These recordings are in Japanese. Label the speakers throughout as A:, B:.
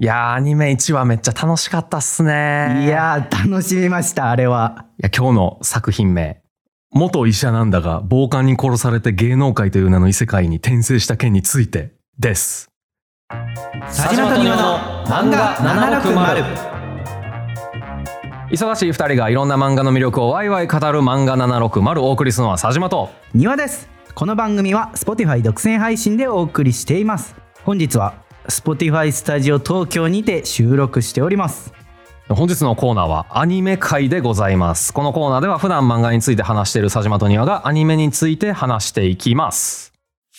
A: いやー、アニメ1話めっちゃ楽しかったっすね。
B: いやー、楽しみました、あれは。
A: いや今日の作品名。元医者なんだが、暴漢に殺されて芸能界という名の異世界に転生した件についてです。
B: 佐島と庭の漫画760
A: 忙しい二人がいろんな漫画の魅力をワイワイ語る漫画760をお送りするのは佐島と。
B: 庭です。この番組は Spotify 独占配信でお送りしています。本日は Spotify スタジオ東京にて収録しております。
A: 本日のコーナーはアニメ界でございます。このコーナーでは普段漫画について話している佐島と庭がアニメについて話していきます。い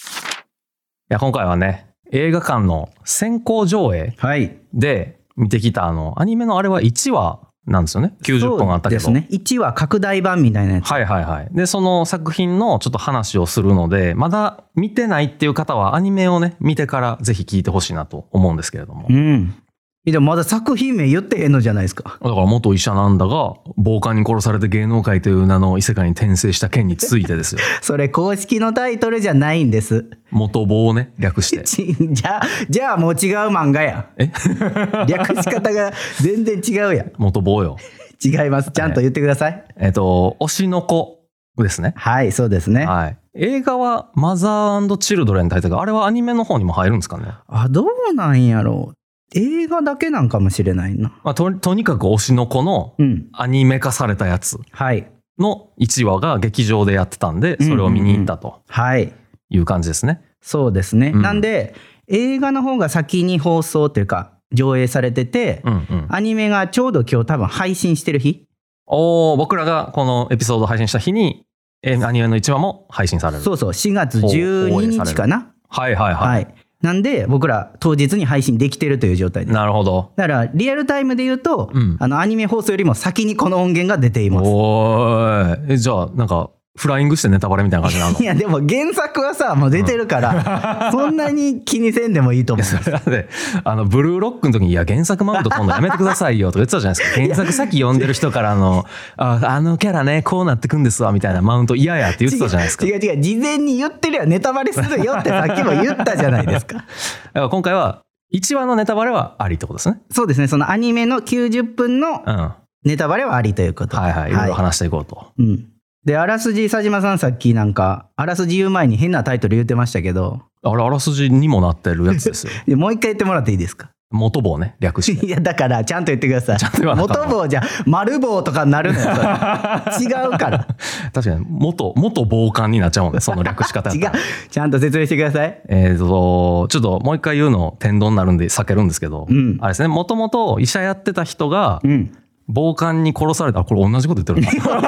A: や、今回はね、映画館の先行上映
B: はい。
A: で見てきたあの、アニメのあれは1話なんですよね。90本あったけど。
B: そうですね。1話拡大版みたいなやつ。
A: はいはいはい。で、その作品のちょっと話をするので、まだ見てないっていう方はアニメをね、見てからぜひ聞いてほしいなと思うんですけれども。
B: うん。えでもまだ作品名言ってへんのじゃないですか。
A: だから元医者なんだが、暴漢に殺されて芸能界という名の異世界に転生した件について ですよ。
B: それ公式のタイトルじゃないんです。元
A: 棒をね、略して。
B: ち じゃあ、じゃあもう違う漫画や。
A: え
B: 略し方が全然違うやん。
A: 元棒よ。
B: 違います。ちゃんと言ってください。
A: えっと、推しの子ですね。
B: はい、そうですね。
A: はい。映画はマザーチルドレン大があれはアニメの方にも入るんですかね。
B: あ、どうなんやろう。映画だけなんかもしれないな。
A: まあ、ととにかく推しの子の
B: うん。
A: アニメ化されたやつ
B: はい。
A: の1話が劇場でやってたんで、それを見に行ったと
B: はい。
A: いう感じですね。
B: そうですね。
A: うん
B: なんで、映画の方が先に放送というか、上映されてて、
A: うんうん。
B: アニメがちょうど今日多分配信してる日
A: おー僕らがこのエピソード配信した日に、えアニメの1話も配信される。
B: そうそう、4月
A: ほう放映さ
B: 12
A: れ
B: 日
A: る
B: かな。
A: はいはいはい。
B: はい。なんで、僕ら当日に配信できてるという状態です。
A: なるほど。
B: だから、リアルタイムで言うと、
A: うん
B: あの、アニメ放送よりも先にこの音源が出ています。
A: おーい。えじゃあ、なんか、フライングしてネタバレ みたいな感じなの
B: いや、でも原作はさ、もう出てるから、 そんなに気にせんでもいいと思う。
A: だってあのブルーロックの時に「いや原作マウント今度やめてくださいよ」とか言って たじゃないですか原作さっき読んでる人からの「ああのキャラねこうなってくんですわ」みたいなマウント嫌やって言ってたじゃない ですか
B: 違う違う、事前に言ってるやんネタバレするよってさっきも言ったじゃな いですか。
A: だから今回は1話のネタバレはありってことですね
B: そうですね、そのアニメの90分の
A: うんは
B: ネタバレはありということ
A: い
B: で。
A: はいいろいろ話していこうと、
B: うん。で、あらすじ、佐島さんさっきなんか、あらすじ言う前に変なタイトル言ってましたけど、
A: あれあらすじにもなってるやつ ですよ
B: でもう一回言ってもらっていいで すか
A: 元棒ね略して
B: いや、だから、ちゃんと言ってください。
A: ちゃんと言わなあか
B: 元
A: ん
B: 棒じゃ、丸棒とかになる のよ。それ違うから。
A: 確かに元元暴漢になっちゃうもんねその略し方や
B: 違
A: っ
B: う
A: たら。
B: ちゃんと説明してください。
A: えーとちょっともう一回言うの天丼になるんで避けるんですけど、
B: うん
A: あれですねもともと医者やってた人が
B: うん。
A: 暴漢に殺されたあこれ同じこと言ってるな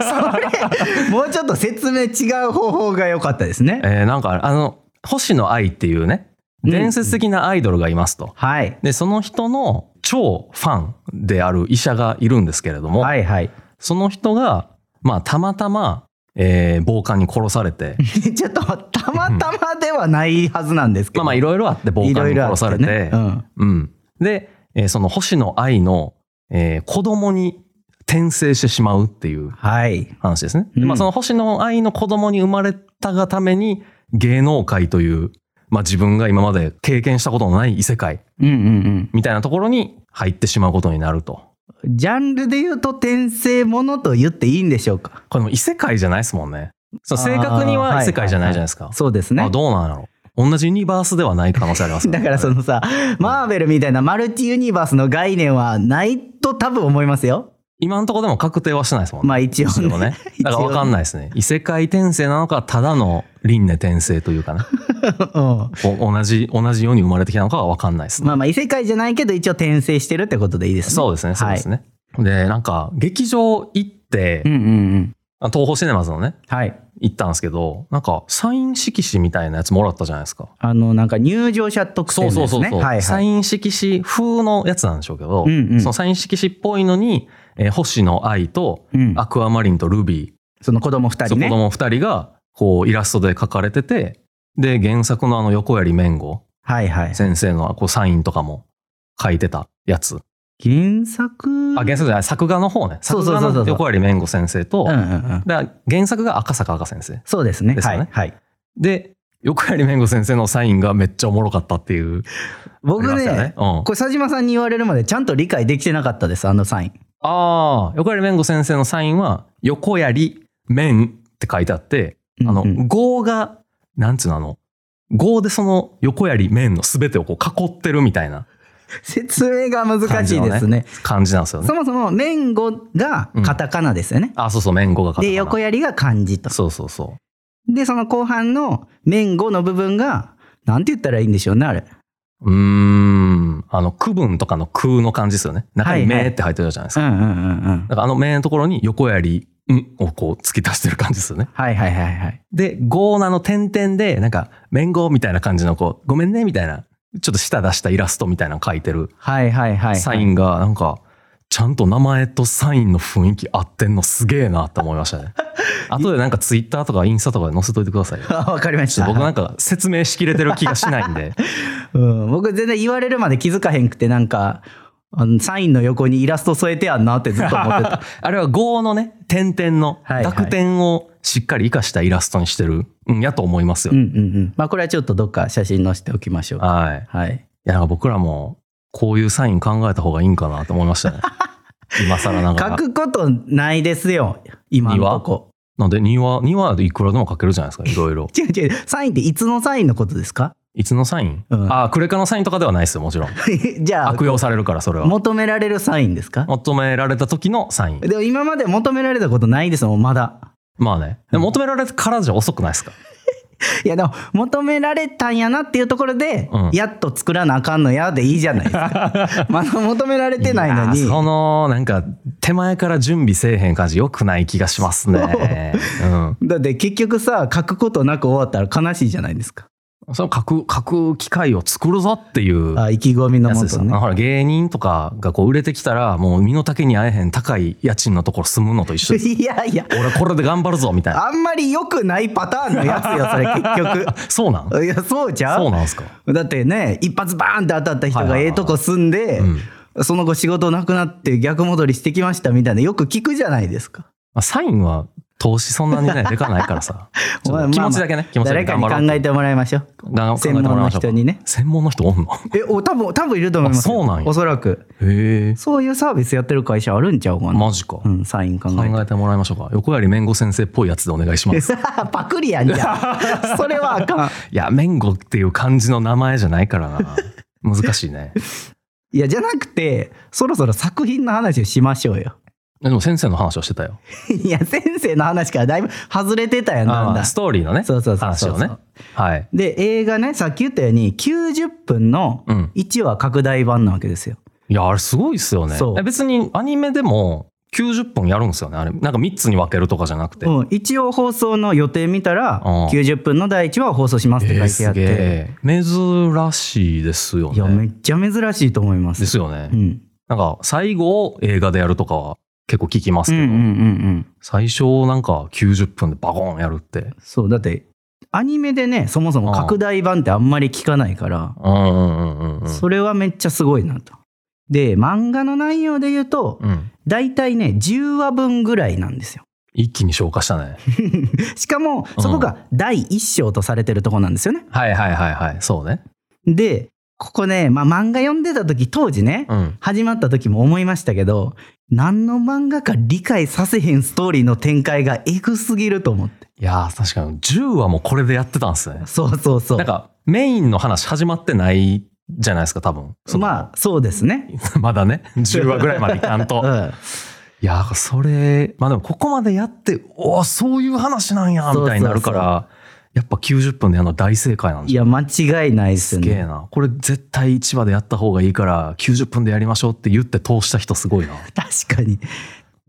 B: もうちょっと説明違う方法が良かったです ね。
A: えーなんかあの星野愛っていうね伝説的なアイドルがいますと、
B: はい。
A: でその人の超ファンである医者がいるんですけれども、
B: はいはい。
A: その人が、まあ、たまたま、えー暴漢に殺され て
B: ちょっとたまたまではないはずなんですけ
A: まあ
B: ど。
A: まあいろいろあって暴
B: いろ
A: 漢
B: い
A: に
B: ろあ
A: 殺
B: って
A: さ
B: ね
A: れて
B: うん
A: うん、で、えーその星野愛の、えー子供に転生してしまうっていう
B: はい。
A: 話ですね。で
B: うん
A: まあ、その星野愛の子供に生まれたがために芸能界という、まあ、自分が今まで経験したことのない異世界
B: うんうん
A: みたいなところに入ってしまうことになると。
B: うん。ジャンルで言うと転生ものと言っていいんでしょうか。
A: これも異世界じゃないですもんね。そう正確に
B: あー
A: は異世界じゃないじゃないです
B: は
A: か。
B: そうですね
A: あ。どうなんだろう。同じユニバースではない可能性あります、
B: だからそのさ、マーベルみたいなマルチユニバースの概念はないと多分思いますよ。
A: 今のところでも確定はしてないですもんね。
B: まあ 一応
A: 一応
B: ね。
A: ね。だから分かんないですね。異世界転生なのか、ただの輪廻転生という かね。
B: うん
A: お同じ、同じように生まれてきたのかは分かんないですね。
B: まあまあ異世界じゃないけど一応転生してるってことでいいですね。
A: そうですね、そうですね。で、なんか、劇場行って、
B: うんうんうん。
A: あ東宝シネマズのね、
B: はい。
A: 行ったんですけど、なんか、サイン色紙みたいなやつもらったじゃないですか。
B: あのなんか入場者特
A: そ
B: 典
A: う
B: です
A: そう
B: ね。
A: そうそう、
B: はい
A: サ
B: はい。
A: イン色紙風のやつなんでしょうけど、
B: うんうん
A: そのサイン色紙っぽいのに、えー星野愛と、
B: うん
A: アクアマリンとルビー、
B: その子供二
A: そ
B: 人
A: う
B: ね
A: 子。供二人がこうイラストで描かれててで原作のあの横槍綿吾
B: はいはい。
A: 先生のこうサインとかも書いてたやつ、
B: 原作
A: あ原作じゃない作画の方ね
B: そう
A: 作
B: そうそう
A: 画
B: そう
A: の横槍綿吾先生と
B: うんうんうん。
A: で原作が赤坂赤先生
B: そうですね。
A: ですよ
B: は
A: ね
B: いはい。
A: で横槍めんご先生のサインがめっちゃおもろかったっていう。
B: 僕
A: あり
B: ね
A: ましたよねうん
B: これ佐島さんに言われるまでちゃんと理解できてなかったですあのサイン
A: ああ、横槍めんご先生のサインは、横槍面って書いてあって、あの、
B: うんうん
A: 号が、なんつうのあの、号でその横槍面の全てをこう囲ってるみたいな
B: 説明が難しい
A: 感じ
B: で
A: の
B: すね
A: 感じなんですよね。
B: そもそも面語がカタカナですよね、
A: あ、そうそう、面語が書い
B: で
A: て
B: 横槍が漢字と
A: そうそうそう。
B: でその後半の面語の部分がなんて言ったらいいんでしょうねあれ
A: うーん、あの、区分とかの空の感じですよね。中に
B: はいはい
A: 名って入ってるじゃないです
B: う
A: か。
B: んうんうんうん
A: だからあの名のところに横槍、んをこう突き足してる感じですよね。
B: はいはいはいはい
A: で、ゴーナの点々で、なんか、面号みたいな感じのこう、ごめんね、みたいな、ちょっと舌出したイラストみたいなの書いてる
B: はいはいはいはい
A: サインが、なんか、ちゃんと名前とサインの雰囲気合ってんのすげえなって思いました ね。あとでなんかツイッターとかインスタとかで載せといてくださいよ。
B: あわかりまし
A: ちょ
B: た
A: っと僕なんか説明しきれてる気がしないんで。
B: うん、僕全然言われるまで気づかへんくてなんかあのサインの横にイラスト添えてやんなってずっと思って た
A: あれは語のね、点々の、
B: はいはい
A: 濁点をしっかり活かしたイラストにしてるんやと思いますよ。
B: うんうんうんまあこれはちょっとどっか写真載せておきましょうか
A: はい。い
B: はい
A: や、なんか僕らも、こういうサイン考えた方がいいんかなと思いました ね。今更なが
B: 書
A: ら。
B: くことないですよ今のとこ。
A: なんで、庭、庭でいくらでも書けるじゃないですか、いろいろ
B: 違う違うサインっていつのサインのことですか
A: いつのサイン、
B: うん
A: ああ、クレカのサインとかではないですよ、もちろん。
B: じゃあ
A: 悪用されるから、それは。
B: 求められるサインですか
A: 求められた時のサイン。
B: でも今まで求められたことないですもんまだ
A: まあね。でも求められてからじゃ遅くないですか。
B: いやでも求められたんやなっていうところで、
A: うん
B: やっと作らなあかんのやでいいじゃないです かまだ求められてないのに
A: やーそのなんか手前から準備せえへん感じ良くない気がしますね。 うん。
B: だって結局さ書くことなく終わったら悲しいじゃないですか、
A: その書く書く機会を作るぞっていう
B: あ意気込みの
A: やつ
B: も
A: です
B: と
A: よね。
B: ね
A: あほら芸人とかがこう売れてきたらもう身の丈に合えへん高い家賃のところ住むのと 一緒です。
B: いやいや
A: 俺これで頑張るぞみたいな。
B: あんまり良くないパターンのやつよそれ結局
A: そうなん？
B: いやそうじゃ
A: そう
B: う
A: なんですか。
B: だってね一発バーンって当たった人
A: はいは
B: が
A: いはい
B: ええとこ住んで、その後仕事なくなって逆戻りしてきましたみたいなよく聞くじゃないですか
A: まあサインは投資そんなにねでかないから さ。ちょっと気持ちだけね。気持ちだ
B: 誰
A: け
B: か
A: 頑
B: に
A: 張ろう。
B: 考えてもらいましょう
A: が考えても
B: 専門
A: らい
B: の
A: ましょうか
B: 人にね
A: 専門の人おんの。
B: えお多分多分いると思いますよ
A: あ そうなんや
B: おそらく
A: へえ。
B: そういうサービスやってる会社あるんちゃうかな、
A: マジか。
B: うん、サイン考えて
A: 考えてもらいましょうか横槍めんご先生っぽいやつでお 願いします
B: パクリやんじゃ んそれはあかん
A: いやめんごっていう漢字の名前じゃないからな難しいね
B: いやじゃなくてそろそろ作品の話をしましょうよ
A: でも先生の話をしてたよ
B: いや先生の話からだいぶ外れてたやんなん
A: あ
B: だ
A: ーストーリーのね
B: そうそうそう
A: 話
B: そう
A: をねはい
B: で映画ねさっき言ったように90分の
A: うん
B: 1話拡大版なわけですよ、
A: いやあれすごいっすよね
B: そう
A: え別にアニメでも90分やるんですよねあれなんか3つに分けるとかじゃなくて、
B: うん、一応放送の予定見たら
A: うん
B: 90分の第1話を放送しますって
A: え
B: 書
A: ー
B: いてあ
A: す
B: って、
A: げえ珍しいですよ
B: いやめ
A: ね
B: っちゃ珍しいと思います
A: ですよね、
B: うん、
A: なんか最後を映画でやるとかは結構聞きます
B: うん
A: け
B: うん
A: ど、
B: うんうん
A: 最初なんか90分でバコーンやるって
B: そうだってアニメでねそもそも拡大版ってあんまり聞かないから、
A: うんうんうんうんうん
B: それはめっちゃすごいなと。で漫画の内容で言うと
A: うん
B: 大体ね10話分ぐらいなんですよ。
A: 一気に消化したね。
B: しかもそこが第一章とされてるとこなんですよね。
A: はいはいはいはい。そうね。
B: でここね、まあ、漫画読んでた時当時ね、
A: うん。
B: 始まった時も思いましたけど何の漫画か理解させへんストーリーの展開がエグすぎると思って。
A: いやー、確かに10話もこれでやってたんですね。
B: そうそうそう。
A: なんかメインの話始まってないじゃないですか、多分。その
B: まあそうですね。
A: まだね。10話ぐらいまでいかん
B: う
A: と。
B: ん
A: いやー、それ、まあでもここまでやって、おーそういう話なんや、みたいになるから、
B: そう
A: やっぱ90分でやるのは大正解なん
B: い
A: じゃ
B: や間違いないです
A: す
B: よ
A: げえ
B: ね。
A: な。これ絶対1話でやった方がいいから、90分でやりましょうって言って通した人すごいな。
B: 確かに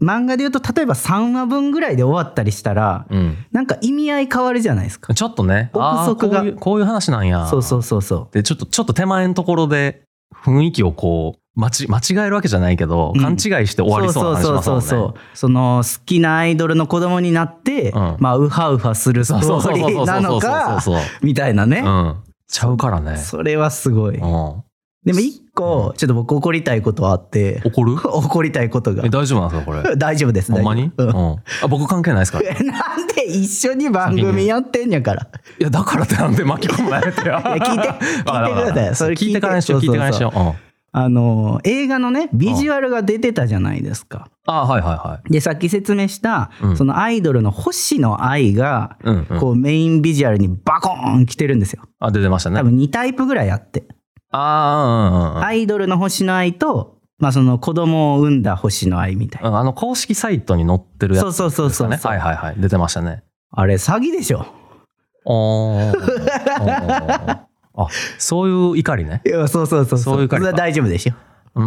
B: 漫画で言うと例えば3話分ぐらいで終わったりしたら
A: うん。
B: なんか意味合い変わるじゃないですか。
A: ちょっとね、あー
B: 憶測が
A: こういう、こういう話なんや。
B: そうそうそうそ
A: でちょっとちょっと手前のところで雰囲気をこう間ち間違えるわけじゃないけど、
B: うん
A: 勘違いして
B: う。
A: 終わりそうな感じしますもんね。
B: そうそうそうそうその好きなアイドルの子供になって、
A: うん
B: まあウハウハするスト
A: そうそ
B: ー
A: う
B: リ
A: そうそう
B: ーなの
A: そう
B: か
A: そうそう
B: みたいなね、
A: そううんちゃうからね。
B: それはすごい、
A: うん
B: でも一個、ちょっと僕怒りたいことはあって、
A: 怒る
B: 怒りたいことが
A: え。大丈夫なんですかこれ
B: 大丈夫です。
A: ほんまに、う
B: 大
A: ん、
B: 丈夫
A: あ僕関係ないです からい
B: うんなんで一緒に番組やってんやから。
A: やだからってなんで巻き込まれてよ
B: 聞いて聞いて くださいそれ聞いて
A: 聞いてからにしよう聞
B: そ
A: いうて
B: そうそう
A: からにしよう、うん、あ
B: あの、映画のね、ビジュアルが出てたじゃないですか。
A: あはいはいはい
B: で、さっき説明した、
A: うん
B: そのアイドルの星野愛が、
A: うん、うん、
B: こうメインビジュアルにバコーン来てるんですよ。
A: あ出てましたね
B: 多分2タイプぐらいあって。
A: ああ
B: アイドルの星野愛と、まあその子供を産んだ星野愛みたい
A: うんうんうんうんあの公式サイトに載ってるや
B: な。そう
A: つ
B: そうそう
A: です
B: そ
A: か
B: う。
A: ねはいはいはい出てましたね
B: あれ詐欺でしょ。
A: おーおーおーあそういう怒りね
B: いや、そうそうそう
A: そういう感じか
B: それは大丈夫でしょ。
A: うーん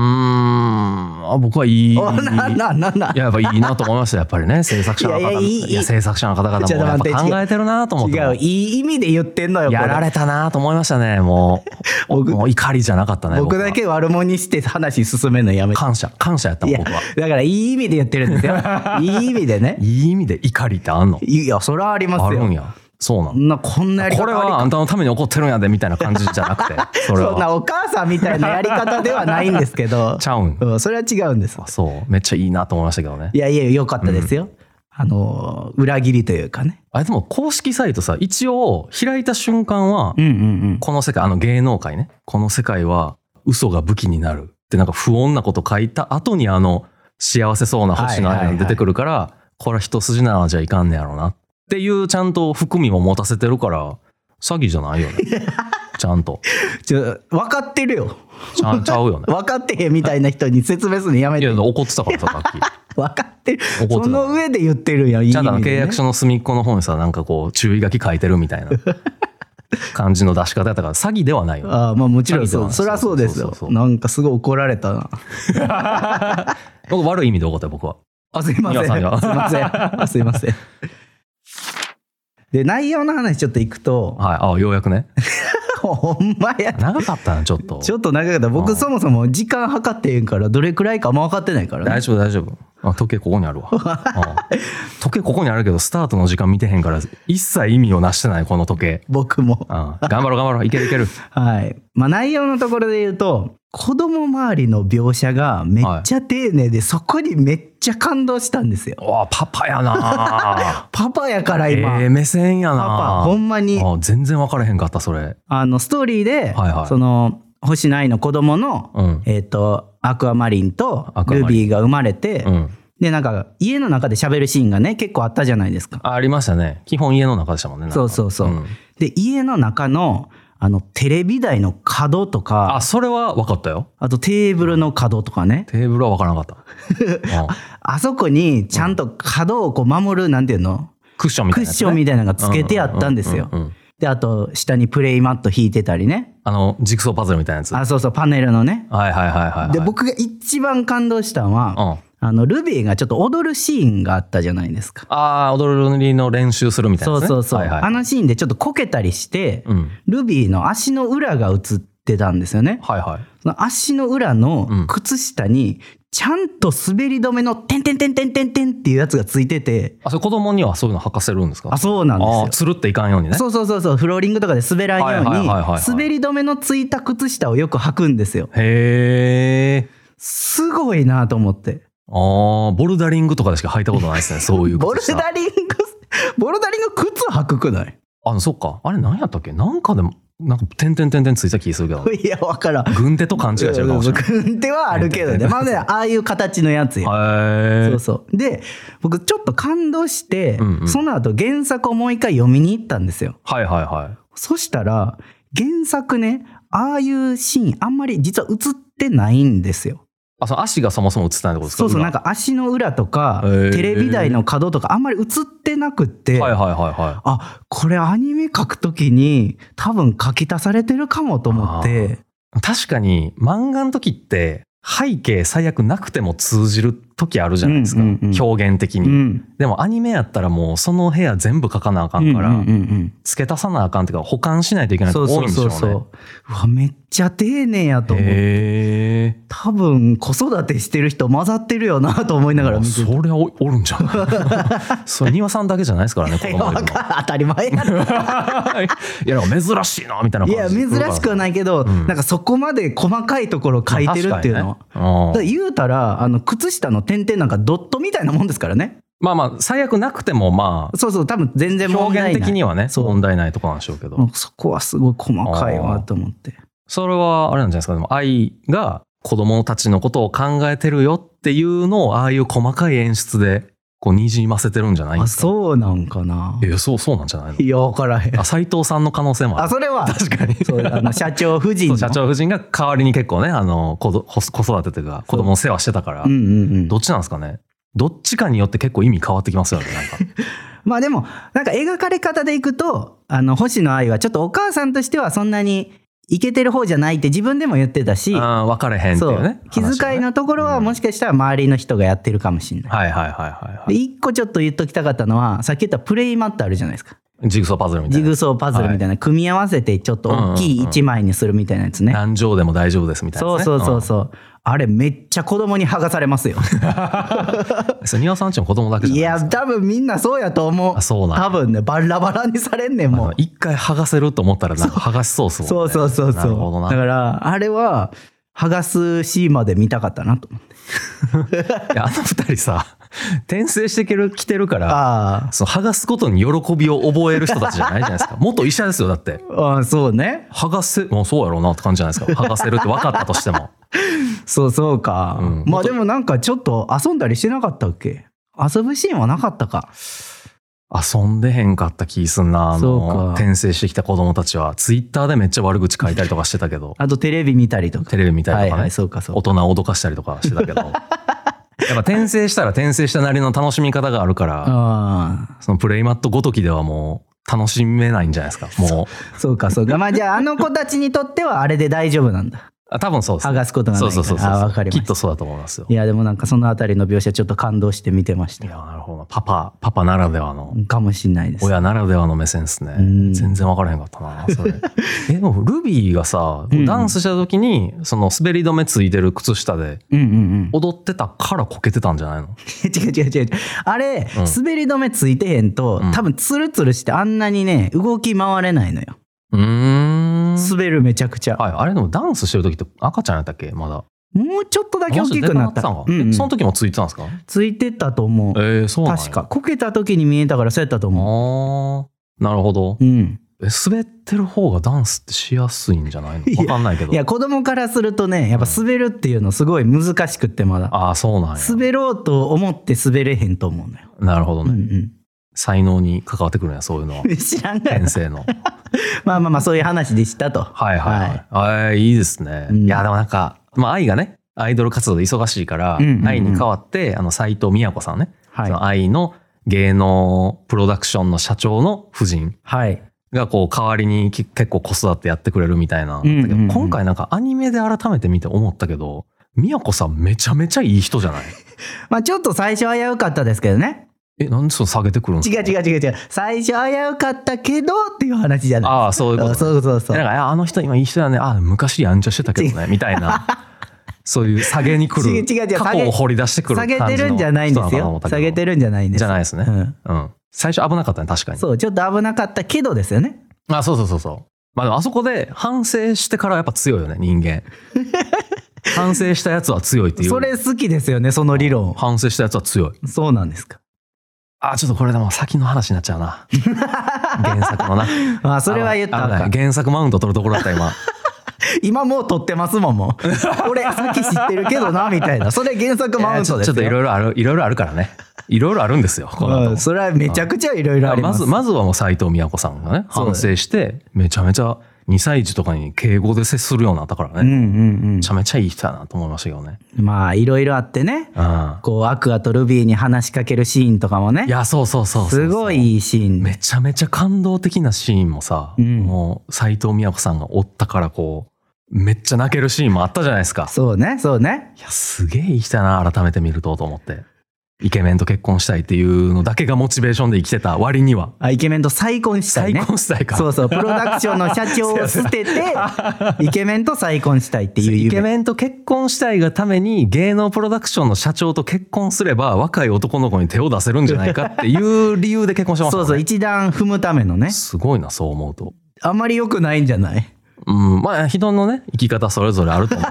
A: あ僕はいい
B: おな、な、な、な。
A: いや、やっぱいいなと思いました、やっぱりね、制作者の方
B: いやいや
A: 々。
B: いいいい
A: いや、制作者の方々も
B: ちょっと
A: やっ
B: 待って
A: ぱ考えてるなと思って。
B: 違う、いい意味で言ってんのよ、これ
A: やられたなと思いましたね、もう。
B: 僕
A: もう怒りじゃなかったね。
B: 僕だ
A: は
B: け悪者にして話進めるのやめて。
A: 感謝、感謝やった
B: い
A: もん、
B: や、
A: 僕は。
B: だからいい意味で言ってるん ですよ。いい意味でね。
A: いい意味で怒りってあんの
B: いや、それはあります
A: あるん
B: よ。
A: や。そうな
B: こ
A: の。
B: んな、こんなやり方
A: これはあんたのために怒ってるんやで、みたいな感じじゃなく て、それ
B: そん
A: は。。
B: なお母さんみたいなやり方ではないんですけど
A: ちゃうん。
B: うん、それは違うんです
A: あ。そう。めっちゃいいなと思いましたけどね
B: い。やいや、良かったですよ。あの、裏切りというかね。
A: あれでも公式サイトさ、一応開いた瞬間は、
B: うんうん
A: この世界、あの芸能界ね、この世界は嘘が武器になるってなんか不穏なこと書いた後にあの幸せそうな星の
B: はいはい
A: 愛
B: はい
A: が出てくるから、これは一筋縄じゃいかんねやろなっていうちゃんと含みも持たせてるから、詐欺じゃない よね。ちゃんと。
B: うん。ちょ、分かってるよ。
A: ちゃちゃうよね。
B: 分かってへんみたいな人に説明するのや
A: い
B: めて。
A: や、
B: 分
A: 怒ってた からさ、さっき。
B: かってる。
A: 怒ってた
B: その上で言ってるやん。いい意
A: ちゃ
B: 味
A: んと
B: で
A: あの
B: ね
A: 契約書の隅っこの方にさ、なんかこう、注意書き書いてるみた いな感じの出し方やったから、詐欺ではないよね。
B: ああまあもちろん
A: 詐欺で
B: そ
A: はな
B: う
A: い
B: そりゃそうです
A: そ
B: よ
A: うそうそうそう
B: なんかすごい怒られたな
A: 僕悪い意味で怒ったよ、僕は。
B: あすいません
A: 皆
B: す
A: さん
B: い
A: が
B: ませんあすいませんで内容の話ちょっといくと
A: はい。ああ、ようやくね。
B: ほんまや
A: 長かったな、ちょっと。
B: ちょっと長かった僕
A: うん
B: そもそも時間計ってへんからどれくらいかあんま分かってないから、
A: 大
B: ね、
A: 丈夫大丈夫あ時計ここにあ るわうん時計ここにあるけどスタートの時間見てへんから一切意味をなしてないこの時計
B: 僕も
A: うん頑張ろう頑張ろういけるいけ る
B: はいまあ内容のところで言うと子供周りの描写がめっちゃ丁寧で、そこにめっちゃ感動したんですよ
A: わあパパやな
B: パパやから
A: え
B: 今、
A: え目線やな
B: パパほんまに
A: あ全然分からへんかったそれ
B: あのストーリーで、
A: はいはい
B: その星野愛の子供の、
A: うん
B: えっ、とアクアマリンと
A: アクア
B: ル
A: マリン
B: ビーが生まれて、
A: うん
B: でなんか家の中で喋るシーンがね結構あったじゃないですか。
A: あありましたね基本家の中でしたもんねなんか
B: そうそうそう。
A: ん
B: で家の中のあのテレビ台の角とか
A: あ
B: あ
A: それは分かったよ
B: とテーブルの角とかね
A: テーブルは分からなか った、うん
B: あそこにちゃんと角をこう守るなんていうの
A: クッションみた
B: ク
A: い
B: ッ
A: なやつ
B: シ
A: ね、
B: ョンみたいなのが
A: う
B: つ
A: ん
B: けてあったんですよ
A: う。ううん
B: であと下にプレイマット引いてたりね
A: あのジグソーパズルみたいなやつはい
B: あそうそうパネルのね。
A: はいはいはい、はい、
B: で僕が一番感動したのは、
A: うん
B: あのルビーがちょっと踊るシーンがあったじゃないですか。
A: ああ、踊りの練習するみたいなや
B: そう
A: つね、
B: そうそう、
A: はいはい、
B: あのシーンでちょっとこけたりして、
A: うん。
B: ルビーの足の裏が映ってたんですよね。
A: はいはい。
B: その足の裏の靴下にちゃんと滑り止めの「てんてんてんてんてんてん」っていうやつがついてて
A: あ、それ子供にはそういうの履かせるんですか
B: あそうなんです
A: あー
B: よ。
A: つるっていかんようにね。
B: そうそうそうそうフローリングとかで滑らんよう
A: はいはい
B: に
A: はいはいはい
B: 滑り止めのついた靴下をよく履くんですよ。
A: へえ。
B: すごいなと思って。
A: ああ、ボルダリングとかでしか履いたことないです ね、そういう
B: ボル
A: 靴下
B: ダリングボルダリング靴履くくない
A: あの、そっか。あれ何やったっけなんかでも、なんか、点々点々ついた気するけど。
B: いやわからん。
A: 軍手と勘違いしてるかもしれない。
B: 軍手はあるけどね。まあね、ああいう形のやつや。
A: へ
B: そ
A: え
B: う。そう。で、僕ちょっと感動して、
A: うんうん
B: その後原作をもう一回読みに行ったんですよ。
A: はいはいはい。
B: そしたら、原作ね、ああいうシーンあんまり実は映ってないんですよ。
A: あ、その足がそもそも映ってないってことですか
B: そうそう、な
A: 裏
B: んか足の裏とか、
A: へー
B: テレビ台の角とかあんまり映ってなくて、
A: はいはいはいはい。
B: あ、これアニメ描くときに多分書き足されてるかもと思って、
A: 確かに漫画の時って背景最悪なくても通じる時あるじゃないですか、
B: うんうんうん
A: 表現的
B: う
A: に、
B: ん
A: でもアニメやったらもうその部屋全部書かなあかんから、
B: うんうんうん
A: 付け足さなあかんっていうか保管しないといけ
B: う
A: なんい
B: そ
A: と
B: う
A: こ多
B: そ
A: いん
B: う
A: でし
B: そ
A: ょう
B: う
A: ね
B: そううわめっちゃ丁寧やと思う
A: へえ
B: 多分子育てしてる人混ざってるよなと思いながら見て
A: そ
B: て
A: りゃおおるんじゃない それ庭さんだけじゃないですからね子
B: いやわ
A: 供
B: か
A: で
B: ん
A: も
B: 当たり前や ろ
A: いやなんか珍しいなみたいない感じ
B: や珍しくはないけど、
A: ん
B: なんかそこまで細かいところ書いてるっていうのは、
A: 確かにね
B: だから言うたらあの靴下の点々なんかドットみたいなもんですからね
A: まあまあ最悪なくてもま
B: そうそう多分全然
A: あ
B: 問題ない
A: 表現的にはね
B: そう
A: 問題ないとこなんでしょうけど、
B: うんそこはすごい細かいわと思って
A: それはあれなんじゃないですかでも愛が子供たちのことを考えてるよっていうのをああいう細かい演出でこうにじませてるんじゃないん
B: あ
A: ですか
B: そうなんかない
A: やそうそうなんじゃないの
B: いや分からへん
A: あ斎藤さんの可能性もあ
B: あ
A: る
B: それは
A: 確かに
B: そうあの社長夫人
A: そ
B: の
A: う社長夫人が代わりに結構ねあの子ど子子育てというか子供の世話してたから、
B: うんうんうん
A: どっちなんですかねどっちかによって結構意味変わってきますよねなんか
B: まあでもなんか描かれ方でいくとあの星野愛はちょっとお母さんとしてはそんなにイケてる方じゃないって自分でも言ってたし、
A: あー分かれへんって
B: そ
A: いう
B: う
A: ね
B: 気遣い
A: 話はね
B: のところはもしかしたら周りの人がやってるかもしれない。
A: はいはいはいはい、は
B: で
A: い、
B: 一個ちょっと言っときたかったのはさっき言ったプレイマットあるじゃないですか
A: ジグソーパズルみた
B: ジ
A: いな
B: グソーパズルみたいな、組み合わせてちょっと大きい一枚にするみたいなやつね。
A: 何畳でも大丈夫ですみたいなや
B: そう
A: つね、
B: そうそううそう、あれめっちゃ子供に剥がさ れますよ
A: んそれ庭さんちも子供だけじゃないい
B: や多分みんなそうやと思う
A: あそうなんや
B: 多分ねバラバラにされんねん
A: あ
B: もう
A: の一回剥がせると思ったらなんか剥がしそうっすもんね
B: そうそうそう
A: なるほ
B: そ
A: ど
B: う。
A: な
B: だから、あれは、剥がすシーンまで見たかったなと思って。
A: いやあの二人さ転生してきてる来てるから
B: あ
A: その剥がすことに喜びを覚える人たちじゃないじゃな いですか元医者ですよだって
B: あ、ああそうね。
A: 剥がせもうそうやろうなって感じじゃないです か剥がせるって分かったとしても
B: そうそうか。
A: うん
B: まあでもなんかちょっと遊んだりしてなかったっけ遊ぶシーンはなかったか。
A: 遊んでへんかった気すんなあ
B: そうか
A: の転生してきた子供たちはツイッターでめっちゃ悪口書いたりとかしてたけど
B: あとテレビ見たりとか。
A: テレビ見たりとかね、
B: はいはい、そうかそう
A: 大
B: か。
A: 人を脅かしたりとかしてたけ どやっぱ転生したら転生したなりの楽しみ方があるから
B: あ
A: そのプレイマットごときではもう楽しめないんじゃないですかもう
B: あ、そうかそうか。まあじゃあ、あの子たちにとってはあれで大丈夫なんだ。
A: あ多分そうです
B: 剥
A: ね
B: がすことがない
A: そ
B: から。
A: うそうそうそう
B: ああ、わかりま
A: きっ
B: した。
A: とそうだと思いますよ
B: いや、でもなんかそのあたりの描写ちょっと感動して見てまし
A: い
B: た。
A: やなるほどパパパパならではの
B: かもしんないです。
A: 親ならではの目線ですね
B: うん
A: 全然分からへんかったな それえでもルビーがさ
B: うん
A: ダンスした時にその滑り止めついてる靴下で
B: うんうんうん。
A: 踊ってたからこけてたんじゃないの
B: 違う違う違う違うあれ、
A: うん
B: 滑り止めついてへんと、
A: うん
B: 多分ツルツルしてあんなにね動き回れないのよ
A: うーん
B: 滑るめちゃくちゃ、
A: はいあれでもダンスしてる時って赤ちゃんやったっけまだ
B: もうちょっとだけ大きくな
A: マジで出回っ
B: った
A: て
B: う
A: たんか
B: んうん
A: えその時もついてたんですか
B: ついてたと思う
A: えーそうなんや
B: 確かこけた時に見えたからそうやったと
A: あ
B: 思
A: ーなるほど
B: ううん
A: え滑ってる方がダンスってしやすいんじゃないの
B: いや
A: 分かんないけど
B: いや子供からするとねやっぱ滑るっていうのすごい難しくってまだ、
A: ああそうなんや
B: 滑ろうと思って滑れへんと思うのよ、
A: なるほど
B: う
A: ね、
B: ん
A: 才能に関わってくるんやそういう のは
B: うん、知らんがな
A: 先生の
B: まあまあまあそういう話でしたと
A: はいはいはい、あーいいですね、
B: うん
A: いやでもなんか、まあ、愛がねアイドル活動で忙しいから、
B: うんうんうん
A: 愛に代わってあの斎藤美也子さんね、
B: はい
A: その愛の芸能プロダクションの社長の夫人
B: はい
A: がこう代わりにき結構子育てやってくれるみたいな、
B: うんうんうん
A: 今回なんかアニメで改めて見て思ったけど美也子さんめちゃめちゃいい人じゃない
B: まあちょっと最初危うかったですけどね
A: えなんでその下げてくるんです
B: 違
A: か
B: う違う違う違う最初危うかったけどっていう話じゃない
A: ああそういうことね
B: そうそうそう
A: なんかいやあの人今いい人だねあ昔やんちゃしてたけどねみたいなそういう下げに来る
B: 違う違う違う
A: 過去を掘り出してくる
B: 下
A: 感じ
B: げ
A: の
B: てるんじゃないんです
A: 人なのかと思
B: よ
A: ったけど
B: 下げてるんじゃないんです
A: じゃないですね、
B: う
A: うん
B: ん
A: 最初危なかったね確かに
B: そうちょっと危なかったけどですよね
A: あそうそうそうそうまあでもあそこで反省してからやっぱ強いよね人 間反省したやつは強いっていう
B: それ好きですよねその理論
A: 反省したやつは強い
B: そうなんですか
A: あちょっとこれでも先の話になっちゃうな原作のな
B: あ それは言った
A: あ
B: らあか
A: の
B: ん
A: 原作マウント取るところだった今
B: 今もう撮ってますもんも う俺さっき知ってるけどなみたいなそれ原作マウント
A: いやちょ
B: ですよ
A: ちょっといろいろあるいろいろあるからねいろいろあるんですよこの後も
B: うんそれはめちゃくちゃいろいろあり
A: ま
B: ます
A: ずまずはもう斎藤美也子さんがね
B: そう
A: 反
B: だね
A: 省してめちゃめちゃ2歳児とかに敬語で接するようになったからね、
B: うん
A: め
B: うん
A: ちゃめちゃいい人だなと思いましたけどね、
B: うんまあいろいろあってね
A: うん、
B: こうアクアとルビーに話しかけるシーンとかもね
A: いやそうそうそうそうそう
B: すごいいいシーン
A: めちゃめちゃ感動的なシーンもさ、
B: うん
A: もう斎藤美也子さんがおったからこうめっちゃ泣けるシーンもあったじゃないですか。
B: そうね、そうね。
A: いや、すげえ生きたな、改めて見るとと思って。イケメンと結婚したいっていうのだけがモチベーションで生きてた割には。
B: あイケメンと再婚したい
A: 再
B: ね。
A: 婚したいか。
B: そうそう、プロダクションの社長を捨 てて、イケメンと再婚したいっていう夢。
A: イケメンと結婚したいがために芸能プロダクションの社長と結婚すれば若い男の子に手を出せるんじゃないかっていう理由で結婚してましたも
B: そうん
A: ね、
B: そう、一段踏むためのね。
A: すごいなそう思うと
B: あんまり良くないんじゃない
A: うんまあ人のね生き方それぞれあると思う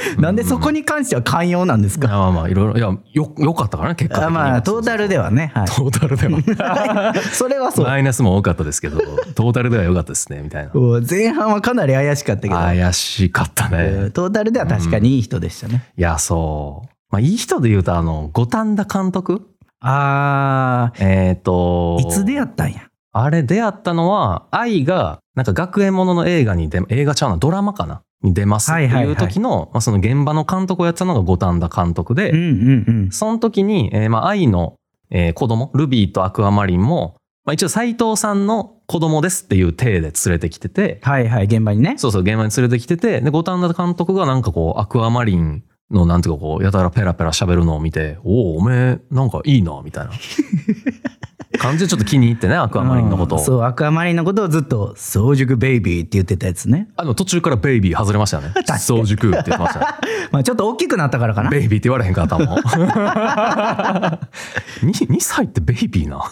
A: けど
B: なんでそこに関しては寛容なんです
A: う ん
B: か、
A: まあまあいろいろいやよよかったからね結果的
B: あ
A: に
B: まあ、トータルではね。はい。
A: トータルでは
B: それはそう。
A: マイナスも多かったですけどトータルでは良かったですねみたいな
B: お前半はかなり怪しかったけど、
A: 怪しかった
B: う
A: ね
B: んトータルでは確かにいい人でしたね。
A: いやそうまあいい人で言うとあの五反田監督
B: あ
A: えっ、と
B: ー、いつ出会ったんや。
A: あれ出会ったのは、愛が、なんか学園ものの映画に出、映画ちゃうな、ドラマかなに出ますって
B: はいはい
A: い
B: はいう
A: 時の、まあ、その現場の監督をやってたのが五反田監督で、
B: うんうんうん。
A: その時に、えーまあ、愛の、えー子供、ルビーとアクアマリンも、まあ、一応斎藤さんの子供ですっていう体で連れてきてて、
B: はいはい、現場にね。
A: そうそう、現場に連れてきてて、で、五反田監督がなんかこう、アクアマリンのなんていうかこう、やたらペラペラ喋るのを見て、おお、おめえ、なんかいいな、み たいな。感じでちょっと気に入ってね、アクアマリンのことを。
B: うんそう、アクアマリンのことをずっと、早熟ベイビーって言ってたやつね。
A: あの途中からベイビー外れましたよね。
B: かに
A: 早熟って言ってました、ね。
B: まあ、ちょっと大きくなったからかな。
A: ベイビーって言われへんかったもん。 に 2, 歳ってベイビーな。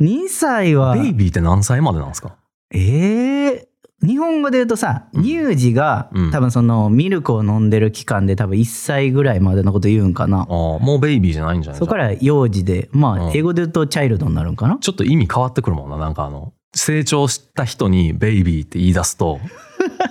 B: 2歳は、
A: ベイビーって何歳までなんですか
B: ええ日本語で言うとさ、
A: うん
B: 乳児が、
A: うん
B: 多分そのミルクを飲んでる期間で多分1歳ぐらいまでのこと言うんかな
A: あ。ーもうベイビーじゃないんじゃない
B: そこから幼児で、ま
A: う
B: あ
A: ん
B: 英語で言うとチャイルドになるんかな。
A: ちょっと意味変わってくるもんな。なんかあの、成長した人にベイビーって言い出すと、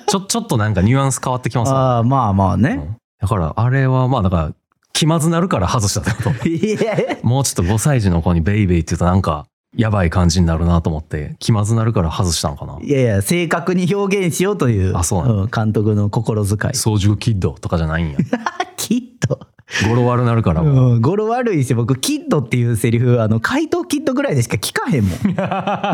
A: ちょ、ちょ っとなんかニュアンス変わってきますも
B: ああ、まあまあね。
A: んうんだからあれはまあだから、気まずなるから外したってこと。
B: いや
A: もうちょっと5歳児の子にベイビーって言うとなんか、やばい感じになるなと思って、気まずなるから外したのかな。
B: いやいや、正確に表現しようという
A: あそうなん
B: ん監督の心遣い。
A: 早熟キッドとかじゃない んや。
B: キッド。
A: 語呂悪なるからもう。
B: うん、語呂悪いし、僕、キッドっていうセリフ、あの、怪盗キッドぐらいでしか聞かへんもん。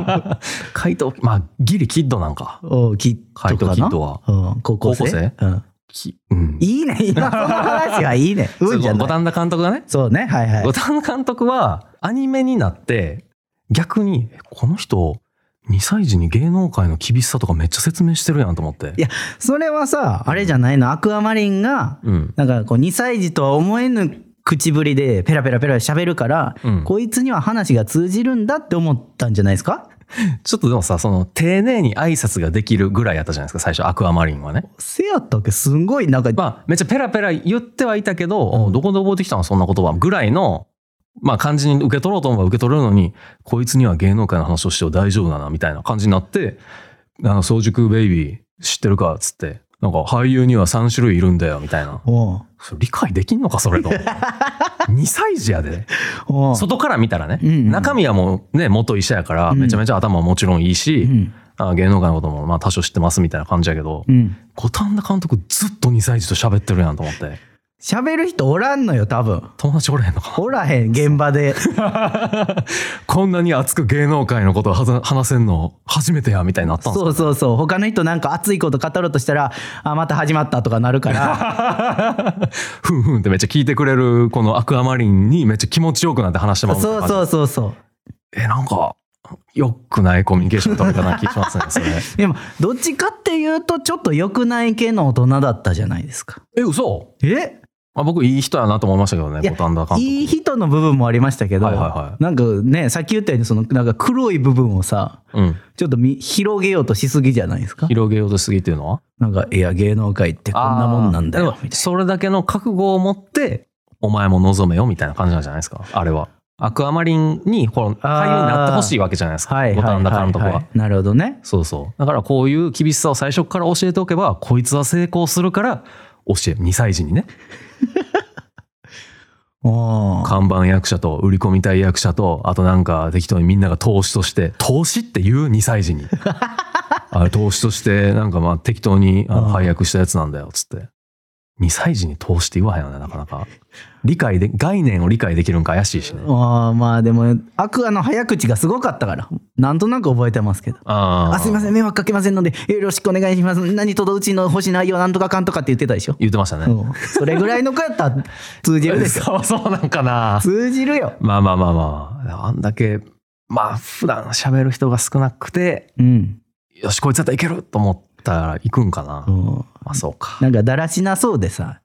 A: 怪盗、まあ、ギリキッドなんか。
B: おうキッドか
A: 怪
B: な。
A: 盗キッドは
B: うん、高校生。
A: 高校生
B: うん。
A: きうん。
B: いいね、今その話はい いね。うんじゃ
A: 五
B: ない。
A: 反田監督がね、
B: そうね、はいはい
A: 五。反田監督はアニメになって、逆に、えこの人、2歳児に芸能界の厳しさとかめっちゃ説明してるやんと思って。
B: いや、それはさ、あれじゃないの、アクアマリンが、
A: うん。
B: なんかこう、2歳児とは思えぬ口ぶりで、ペラペラペラ喋るから、
A: うん
B: こいつには話が通じるんだって思ったんじゃないですか
A: ちょっとでもさ、その、丁寧に挨拶ができるぐらいやったじゃないですか、最初、アクアマリンはね。
B: せやったっけすんごい、なんか、
A: まあ、めっちゃペラペラ言ってはいたけど、
B: うん
A: おどこで覚えてきたのそんな言葉ぐらいの、まあ、感じに受け取ろうと思えば受け取れるのに、こいつには芸能界の話をしても大丈夫だな、みたいな感じになって、あの、早熟ベイビー知ってるかっつって、なんか俳優には3種類いるんだよ、みたいな。
B: おう
A: それ理解できんのか、そ れと。2歳児やで。
B: おう
A: 外から見たらね、
B: うんうん
A: 中身はもうね、元医者やから、
B: うん
A: めちゃめちゃ頭ももちろんいいし、
B: うん。
A: あ芸能界のこともまあ多少知ってますみたいな感じやけど
B: う、ん。
A: 五反田監督ずっと2歳児と喋ってるやんと思って。
B: 喋る人おらんのよ、多分。
A: 友達おれへんのか
B: おらへん、現場で。
A: なこんなに熱く芸能界のことをはざ話せんの初めてやみたいになったんです
B: そうそうそう。他の人なんか熱いこと語ろうとしたら、あ、また始ま ったとかなるから。
A: かふんふんってめっちゃ聞いてくれるこのアクアマリンにめっちゃ気持ちよくなって話してます
B: そうそうそうそう。
A: えなんかよくないコミュニケーション取れたな気しますねそれ
B: でもどっちかっていうとちょっと良くない系の大人だったじゃないですか。
A: え嘘
B: え
A: あ僕いい人やなと思いましたけどね
B: いや
A: 五反田監督
B: いい人の部分もありましたけど、
A: はいはいはい
B: なんかねさっき言ったようにそのなんか黒い部分をさ
A: うん、
B: ちょっとみ広げようとしすぎじゃないですか。
A: 広げようとしすぎっていうのは
B: なんかいや芸能界ってこんなもんなんだ
A: あ
B: よ
A: ーでも
B: みたい
A: それだけの覚悟を持ってお前も望めよみたいな感じなんじゃないですかあれはアクアマリンにこの
B: あー
A: 俳優になってほしいわけじゃないです
B: な。
A: か
B: はい
A: 五
B: はいは
A: 反
B: い
A: 田監督
B: は。
A: はい
B: なるほどね。
A: そうそうだからこういう厳しさを最初から教えておけばこいつは成功するから教え2歳児にね
B: おー
A: 看板役者と売り込みたい役者とあとなんか適当にみんなが投資として投資っていう2歳児 にあれ投資としてなんかまあ適当にあの
B: うん
A: 配役したやつなんだよっつって2歳児に通して言わへんよねなかなか理解で概念を理解できるんか怪しいしね
B: あーまあでもアクアの早口がすごかったからなんとなく覚えてますけど
A: あ
B: あすいま
A: ん
B: せん迷惑かけませんのでよろしくお願いします何とどうちの欲しい内容なんとかかんとかって言ってたでしょ、
A: 言ってましたね、
B: うん、それぐらいの子やったら通じるでしょ
A: そうそうなんかな
B: 通じるよ
A: まあまあまあまああんだけまあ普段喋る人が少なくて
B: うん、
A: よしこいつだったらいけると思ったら行くんかな、
B: うん、
A: まあそうか
B: なんかだらしなそうでさ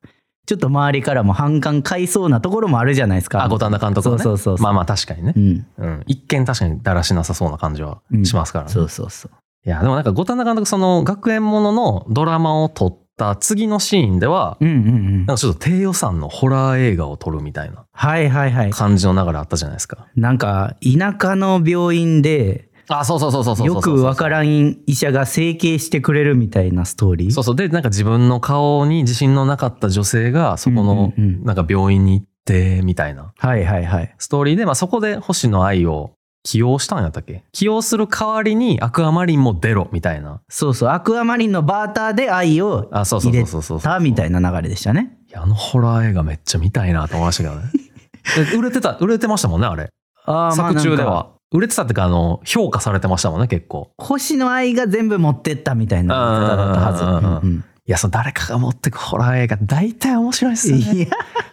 B: ちょっと周りからも反感買いそうなところもあるじゃないですか
A: あ五反田監督はね
B: そうそうそうそう
A: まあまあ確かにね
B: う、ん
A: うん、一見確かにだらしなさそうな感じはしますからね、
B: そうそうそう
A: いやでもなんか五反田監督その学園もののドラマを撮った次のシーンでは、
B: うんうんうん
A: なんかちょっと低予算のホラー映画を撮るみたいな
B: はいはいはい
A: 感じの流れあったじゃないですか。
B: なんか田舎の病院で
A: あ、そうそうそうそうそうそう
B: よくわかららん医者が整形してくれるみたいなストーリー
A: そうそうでなんか自分の顔に自信のなかった女性がそこの
B: うんうんうん
A: なんか病院に行ってみたいな
B: はいはいはい
A: ストーリーで、まあ、そこで星野愛を起用したんやったっけ起用する代わりにアクアマリンも出ろみたいな
B: そうそうアクアマリンのバーターで愛を
A: あそうそうそう
B: 入れ
A: そうそう
B: たみたいな流れでしたね
A: いやあのホラー映画めっちゃ見たいなと思いましたけどね で売れてた売れてましたもんねあれ
B: あーまあ
A: 作中で
B: なんか
A: は売れてたってかあの評価されてましたもんね結構
B: 星野愛が全部持ってったみたいな方だったはず
A: うん
B: うんうん
A: いやその誰かが持ってくホラー映画大体面白いっすよね
B: いや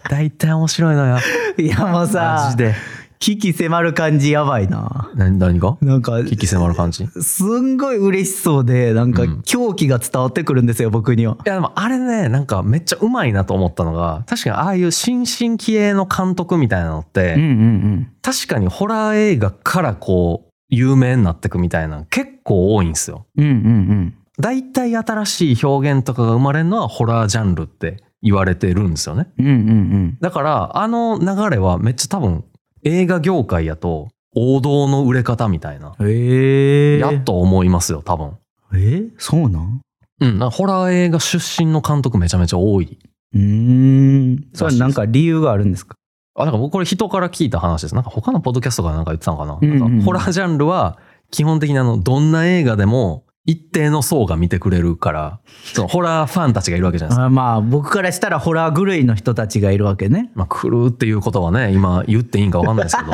A: 大体面白いのよ
B: いやもう
A: マ
B: さ
A: ジで
B: 危機迫る感じやばいな
A: 何何が
B: なんか
A: 危機迫る感じい
B: すんごい嬉しそうでなんか
A: うん
B: 狂気が伝わってくるんですよ僕には
A: やでもあれねなんかめっちゃうまいなと思ったのが確かにああいう新進気鋭の監督みたいなのって、
B: うんうん
A: 確かにホラー映画からこう有名になってくみたいなの結構多いんですよ
B: うんうんうん
A: 大体新しい表現とかが生まれるのはホラージャンルって言われてるんですよね
B: うんうんうん
A: だからあの流れはめっちゃ多分映画業界やと王道の売れ方みたいな、
B: うんへえ
A: やっと思いますよ多分
B: えーそうなん
A: うんなんかホラー映画出身の監督めちゃめちゃ多いう
B: ーんそれはなんか理由があるんですか
A: あなんか僕これ人から聞いた話ですなんか他のポッドキャストがなんか言ってたのかな,、
B: うんうんうん
A: なんかホラージャンルは基本的にあのどんな映画でも一定の層が見てくれるからそのホラーファンたちがいるわけじゃないですか
B: あまあ僕からしたらホラー狂いの人たちがいるわけね
A: まあ、狂うっていうことはね、今言っていいんか分かんないですけ ど、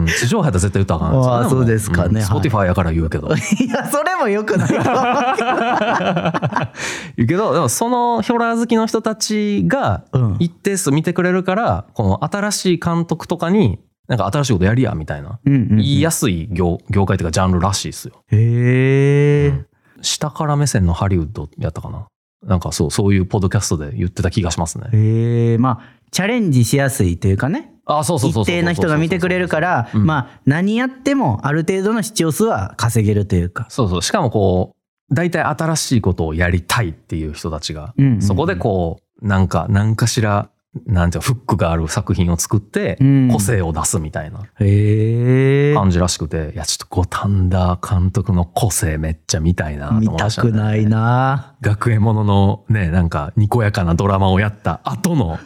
A: うん、地上波やったら絶対言ったらあかん
B: ああそうですかね
A: スポティファイやから言うけど。
B: いやそれもよくないか
A: 言うけど、でもそのヒョラー好きの人たちが
B: うん
A: 一定数見てくれるから、この新しい監督とかに、なんか新しいことやりや、みたいな。
B: うんうんうん
A: 言いやすい業業界というかジャンルらしいですよ。
B: へえ
A: 下から目線のハリウッドやったかな。なんかそう、そういうポッドキャストで言ってた気がしますね。
B: へえまあチャレンジしやすいというかね
A: あ、そうそうそうそう
B: 一定の人が見てくれるから、
A: うん
B: まあ何やってもある程度の視聴数は稼げるというか、
A: そうそう。しかもこう、大体新しいことをやりたいっていう人たちが、
B: うんうんうん
A: そこでこう、なんか、何かしら、なんていうのフックがある作品を作って
B: うん、
A: 個性を出すみたいな
B: へえ
A: 感じらしくて、いや、ちょっと五反田監督の個性めっちゃ見たいなと思い
B: 見
A: ま
B: た
A: したね
B: くないな
A: 学園もののね、なんか、にこやかなドラマをやった後 の、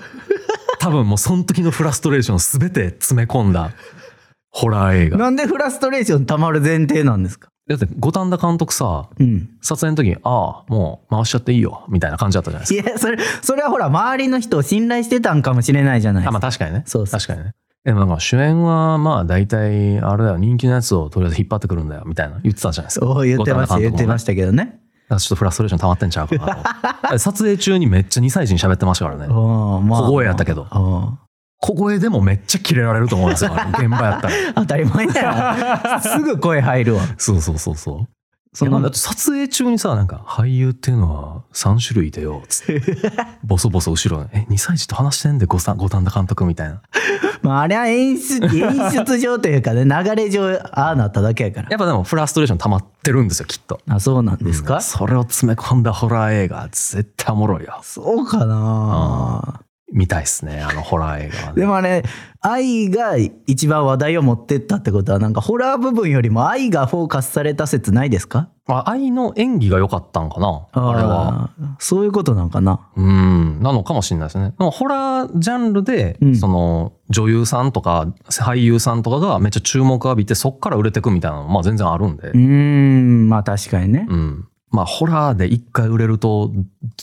A: 多分もうその時のフラストレーションすべて詰め込んだホラー映画。
B: なんでフラストレーションたまる前提なんですか
A: だって五反田監督さ、
B: うん
A: 撮影の時に、ああ、もう回しちゃっていいよ、みたいな感じだったじゃないですか
B: いやそれそれはほら周りの人を信頼してたんかもしれないじゃないで
A: あ、
B: す
A: ま
B: か、
A: あ確かにね。
B: そうそう
A: 確かにね。でもなんか主演はまあ大体あれだよ、人気のやつをとりあえず引っ張ってくるんだよ、みたいな言ってたじゃないですか。
B: そう言ってました言ってま
A: し
B: したけどね
A: た。ちょっとフラストレーション溜まってんちゃうかなとだ から。撮影中にめっちゃ2歳児に喋ってましたからね。
B: うんまあ
A: 小声やったけど。
B: うん
A: 小声でもめっちゃキレられると思うんですよ、あれ現場やったら。
B: 当たり前や なすぐ声入るわ
A: そうそうそうそう。
B: そ
A: そ
B: の
A: の撮影中にさ、なんか俳優っていうのは3種類いてよ、つ って。ボソボソ後ろに、え、2歳児と話してんで、ごさん五反田監督みたいな。
B: まああれは演出演出上というかね流れ上ああなっただけやから
A: やっぱでもフラストレーション溜まってるんですよ、きっと。
B: あそうなんですか、
A: うんそれを詰め込んだホラー映画絶対おもろいよ
B: そうかな、
A: 見たいっすねあのホラー映画は、ね、
B: でもあれ愛が一番話題を持ってったってことはなんかホラー部分よりも愛がフォーカスされた説ないですか
A: まあ愛の演技が良かったんかなあれは
B: あーそういうことなんかな
A: うんなのかもしれないですねでもホラージャンルで、
B: うん
A: その女優さんとか俳優さんとかがめっちゃ注目浴びてそっから売れてくみたいなのまあ全然あるんで
B: うーんまあ確かにね
A: うんまあ、ホラーで一回売れると、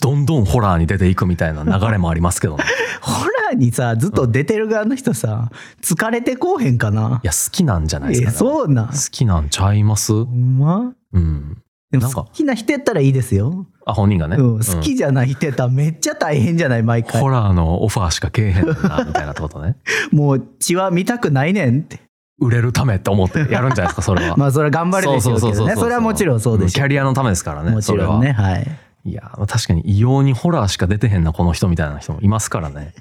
A: どんどんホラーに出ていくみたいな流れもありますけど ね。
B: ホラーにさ、ずっと出てる側の人さ、疲れてこうへんかない
A: や、好きなんじゃないです
B: え、
A: か、ね。好
B: そうなん。
A: きなんちゃいます
B: ほんま
A: うん。
B: でも
A: なんか
B: 好きな人やったらいいですよ。
A: あ、本人がね。
B: うん、
A: うん
B: 好きじゃない人やったらめっちゃ大変じゃない毎回
A: ホ。ラーのオファーしかけえへんねんな、みたいなってこと ね。
B: もう血は見たくないねんって。
A: 売れるためって思ってやるんじゃないですか、それは。
B: まあそれは頑張るでしょうけどね。それはもちろんそうでし
A: キ
B: ょ
A: ャリアのためですから
B: う。
A: ね。
B: もちろん
A: それ
B: ね。
A: は。
B: はい。
A: いや、確かに異様にホラーしか出てへんな、この人みたいな人もいますからね。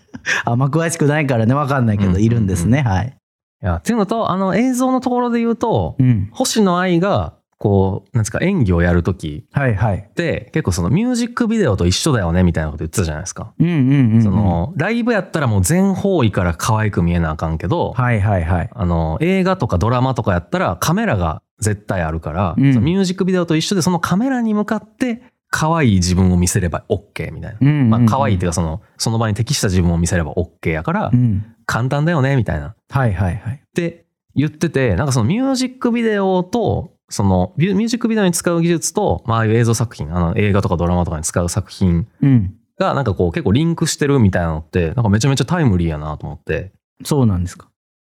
B: あんま詳しくないからね、わかんないけ
A: うんうん
B: ど、
A: うん
B: いるんですね。はい。
A: いや、っていうのと、あの映像のところで言うと、
B: うん。
A: 星野愛が、こう、なんですか、演技をやるとき
B: はいはい
A: っ。て、結構そのミュージックビデオと一緒だよね、みたいなこと言ってたじゃないですか。
B: うんうんうん。
A: そ、の、ライブやったらもう全方位から可愛く見えなあかんけど、
B: はいはいはい。
A: あの、映画とかドラマとかやったらカメラが絶対あるから、
B: うん
A: そのミュージックビデオと一緒でそのカメラに向かって可愛い自分を見せれば OK みたいな。
B: うんうんうん。
A: まあ可愛いっていうかその、その場に適した自分を見せれば OK やから
B: う、ん。
A: 簡単だよねみたいな。っ
B: はいはいはい。
A: て言ってて、なんかそのミュージックビデオと、そのビュミュージックビデオに使う技術と、まあああいう映像作品、あの映画とかドラマとかに使う作品
B: うん。
A: がなんかこう結構リンクしてるみたいなのって、なんかめちゃめちゃタイムリーやなと思って、
B: そうなんですか。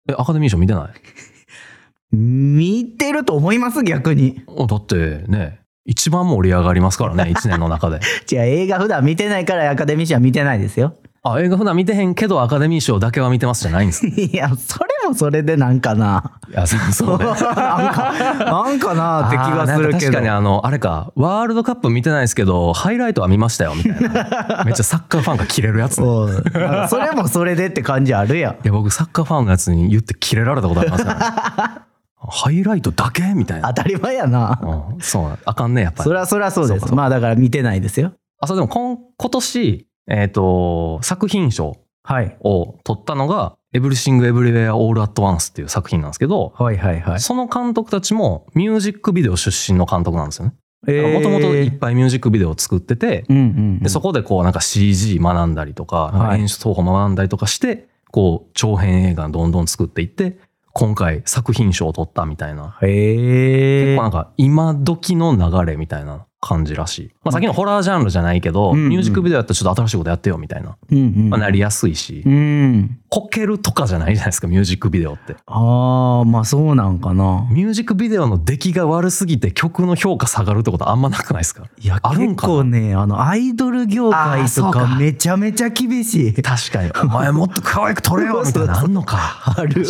A: え、アカデミー賞見てない
B: 見てると思います逆に。
A: おだってね一番盛り上がります からね一年の中で
B: じゃあ映画普段見てないからアカデミー賞は見てないですよ。
A: あ映画普段見てへんけどアカデミー賞だけは見てますじゃないんです い
B: いや、それもそれでなんかな。
A: やそう
B: なん
A: ね
B: か、なんかなって気
A: あー
B: が
A: なん
B: す
A: か
B: るけ
A: 確
B: ど
A: かに。あのあれかワールドカップ見てないですけどハイライトは見ましたよみたい なめっちゃサッカーファンがキレるやつ、ね、
B: そうなんかそれもそれでって感じあるやん。
A: いや僕サッカーファンのやつに言ってキレられたことありますから、ね、 ハイライトだけみたいな
B: 当たり前やな。
A: うん、そうなんあかんねやっぱり
B: そりゃそりゃそう
A: そうか
B: で
A: そう
B: す。
A: か
B: まあだから見てないですよ。
A: あそうでも今今年、えっと作品賞
B: はい。
A: を取ったのが「エブリシング・エブリウェア・オール・アット・ワンス」っていう作品なんですけど、
B: はいはいは
A: その監督たちもミュージックビデオ出身の監督なんですよね。もともといっぱいミュージックビデオを作ってて、
B: うんうん。
A: でそ
B: こ。
A: こでこうなんか CG 学んだりとか、なんか
B: はい
A: 演出方法学んだりとかして、こう長編映画どんどん作っていって、今回作品賞を取ったみたいな、
B: へ
A: 結
B: え
A: 構。なんか今時の流れみたいな感じらしい。まあさっきのホラージャンルじゃないけど、
B: うんうん
A: ミュージックビデオやったらちょっと新しいことやってよみたいな、
B: うんうん。
A: まあ、なりやすいし
B: う、ん。
A: こけるとかじゃないじゃないですか、ミュージックビデオって。
B: ああ、まあそうなんかな。
A: ミュージックビデオの出来が悪すぎて曲の評価下がるってことあんまなくないですか
B: いや、
A: ある
B: 結
A: んかな
B: 構ね、あの、アイドル業界
A: あーそ
B: と
A: うか
B: かめちゃめちゃ厳しい。
A: 確かに。お前もっと可愛く撮れよみたい なのあんのか。
B: ある。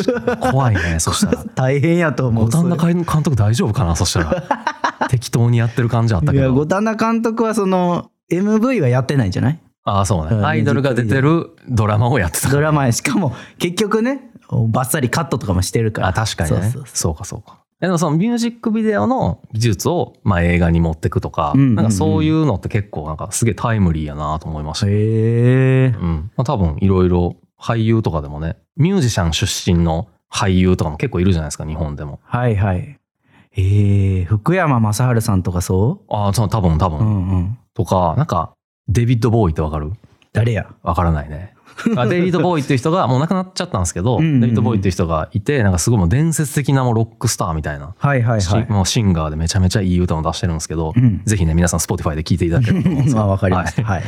A: 怖いね、そしたら。
B: 大変やと思う。
A: 五反田監督大丈夫かなそしたら。 適当にやってる感じあった
B: い
A: け
B: や、五
A: ど。
B: 反田監督はその、MV はやってないんじゃない
A: ああ、そう
B: う
A: ね。
B: ん
A: アイドルが出てるドラマをやってた。
B: ドラマやしかも結局ねバッサリカットとかもしてるから
A: あ確かにね
B: そうそう。そ
A: そうか、そうか。でもそのミュージックビデオの技術をまあ映画に持ってくとか、
B: うんうんうん
A: なんかそういうのって結構なんかすげえタイムリーやなと思いました
B: うへえ
A: うん。まあ、多分いろいろ俳優とかでもね、ミュージシャン出身の俳優とかも結構いるじゃないですか、日本でも。
B: はいはいえー、福山雅治さんとかそ
A: ああ、そう多分多
B: うう
A: 分、
B: んうん
A: とか、なんか、デビッド・ボーイってわかる
B: 誰や
A: わからないね。あデビッド・ボーイっていう人が、もう亡くなっちゃったんですけど、
B: うんうんうん
A: デビッド・ボーイっていう人がいて、なんかすごいもう伝説的なもうロックスターみたいな、
B: はいはい
A: し
B: はい
A: もうシンガーでめちゃめちゃいい歌を出してるんですけど、
B: うん
A: ぜひね、皆さん Spotify で聴いていただければと思うんですよ
B: まあわかりまし
A: は
B: た
A: い
B: はい、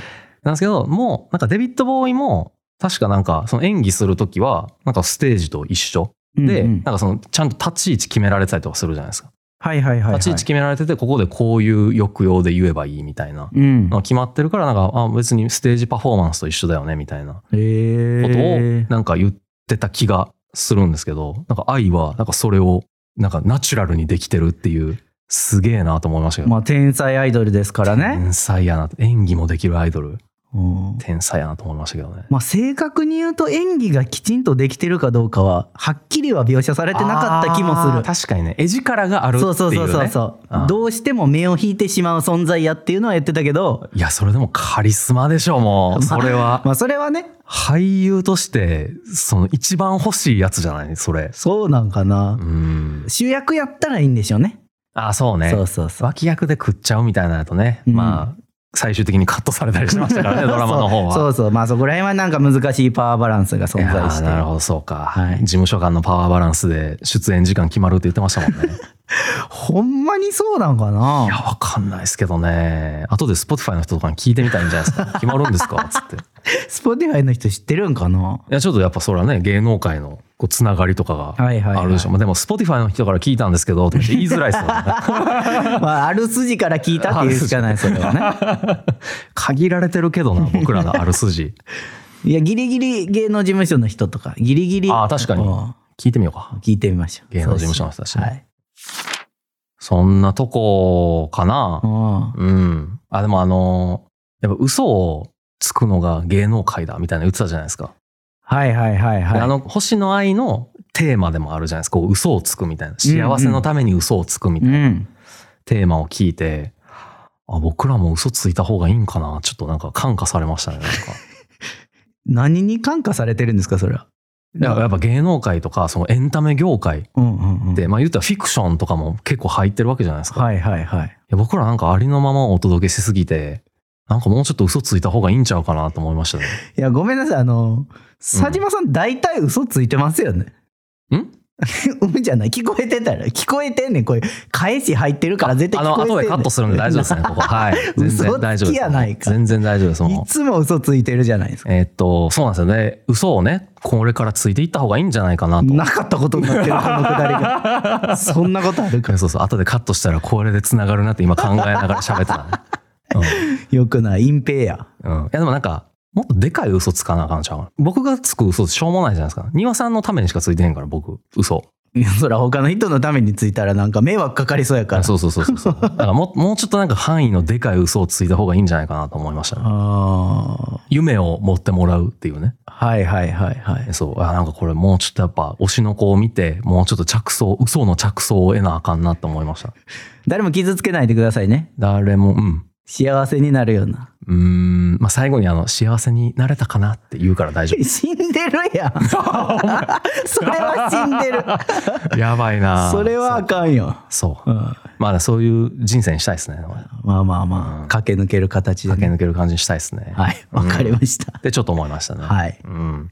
A: なんですけど、もう、なんかデビッド・ボーイも、確かなんか、その演技するときは、なんかステージと一緒で、
B: うんうん
A: なんかそのちゃんと立ち位置決められてたりとかするじゃないですか。
B: はいはいはいはい
A: 立ち位置決められててここでこういう抑揚で言えばいいみたいな
B: うん
A: のが決まってるからなんかあ別にステージパフォーマンスと一緒だよねみたいな
B: え
A: ことを
B: ー、
A: なんか言ってた気がするんですけどなんか愛はなんかそれをなんかナチュラルにできてるっていうすげえなと思いましたけど、
B: まあ天才アイドルですからね、
A: 天才やな演技もできるアイドル
B: うん
A: 天才やなと思いましたけどね。
B: まあ正確に言うと演技がきちんとできてるかどうかははっきりは描写されてなかった気もす
A: あ
B: る
A: ー確かにね絵力があるっていう、
B: そう
A: ね、
B: そうそうそうそううんどうしても目を引いてしまう存在やっていうのは言ってたけど
A: いやそれでもカリスマでしょもうそれは
B: まあそれはね
A: 俳優としてその一番欲しいやつじゃないそれ
B: そうなんかな、
A: うん
B: 主役やったらいいんでしょうね
A: あそうね
B: そうそうそう
A: 脇役で食っちゃうみたいなのとね、
B: うん
A: まあ最終的にカットされたりしました からねドラマの方は
B: そうそうそうまあそこら辺はなんか難しいパワーバランスが存
A: い
B: 在し
A: やー
B: て
A: なるほどそうか、
B: はい
A: 事務所間のパワーバランスで出演時間決まるって言ってましたもんね
B: ほんまにそうなんか
A: いや、
B: な
A: わかんないですけどね。後で Spotify の人とかに聞いてみたいんじゃないです か。決まるんですかつって。い
B: Spotify の人知ってるんかな
A: や、ちょっとやっぱそれはね、芸能界のこうつながりとかが
B: はいはいは
A: あ
B: い
A: る でしょ。まあでも Spotify の人から聞いたんですけど、って言いづらいですよね。
B: まあ、ある筋から聞いたっていうしかない、それはね。
A: 限られてるけどな、僕らのある筋。
B: いや、ギリギリ芸能事務所の人とか、ギリギリ。
A: ああ、確かに
B: うん。
A: 聞いてみようか。
B: 聞いてみましょう。
A: 芸能事務所の人たちね
B: はい。
A: そんなとこかな。
B: うん
A: うん。あ、でもあの、やっぱ嘘をつくのが芸能界だみたいなの言ってたじゃないですか。
B: はいはいはいはい。
A: であの、星野愛のテーマでもあるじゃないですか。こう嘘をつくみたいな。幸せのために嘘をつくみた
B: う。
A: いなんテーマを聞いて、あ、僕らも嘘ついた方がいいんかな。ちょっとなんか感化されましたね。なんか。
B: 何に感化されてるんですか、それは。
A: いややっぱ芸能界とか、そのエンタメ業界
B: うんうんうん。
A: で、まあ言ったらフィクションとかも結構入ってるわけじゃないですか。い
B: はいはいはい。
A: や僕らなんかありのままをお届けしすぎて、なんかもうちょっと嘘ついた方がいいんちゃうかなと思いましたね。
B: いや、ごめんなさい。あの、佐島さん、大体嘘ついてますよね。
A: ん
B: うんじゃない。聞こえてたら、聞こえてんねん。これ、返し入ってるから絶対
A: あ
B: 聞
A: の、
B: こえてんね
A: 後
B: ん。
A: でカットす るんで大丈夫ですね、ここ。はい。全然大丈夫
B: 嘘
A: で
B: つき
A: す。
B: やないか
A: 全然大丈夫です。もう
B: いつも嘘ついてるじゃないですか。
A: えーっと、そうなんですよね。嘘をね、これからついていった方がいいんじゃないかなと。
B: なかったことになってる、このくだ りが。そんなことあるか。
A: そうそう、後でカットしたらこれでつながるなって今考えながら喋ってた ね、
B: よくない。隠蔽や。
A: うん。うん。いや、でもなんか、もっとでかい嘘つかなあかんちゃう僕がつく嘘ってしょうもないじゃないですか。庭さんのためにしかついてへんから、僕、嘘。
B: いやそら他の人のためについたらなんか迷惑かかりそうやから。
A: そうそうそうそう そう。だからもう、もうちょっとなんか範囲のでかい嘘をついた方がいいんじゃないかなと思いましたね、
B: あ
A: 夢を持ってもらうっていうね。
B: あ。はいはいはいはい。
A: そう。あ、なんかこれもうちょっとやっぱ、推しの子を見て、もうちょっと着想、嘘の着想を得なあかんなと思いました。
B: 誰も傷つけないでくださいね。
A: 誰も、うん。
B: 幸せになるような。
A: うーん、まあ、最後にあの幸せになれたかなって言うから大丈
B: 死んでるやん。 それは死んでる。
A: 夫。 やばいな
B: それはあかんよ。
A: そうそうう。
B: ん、
A: まあ、そういう人生にしたいですね。
B: まあまあまあ、
A: うん
B: 駆け抜ける形で、
A: 駆
B: ね。
A: け抜ける感じにしたいですね。
B: はい、わかりました
A: っ。てちょっと思いましたね。
B: はい。
A: うん。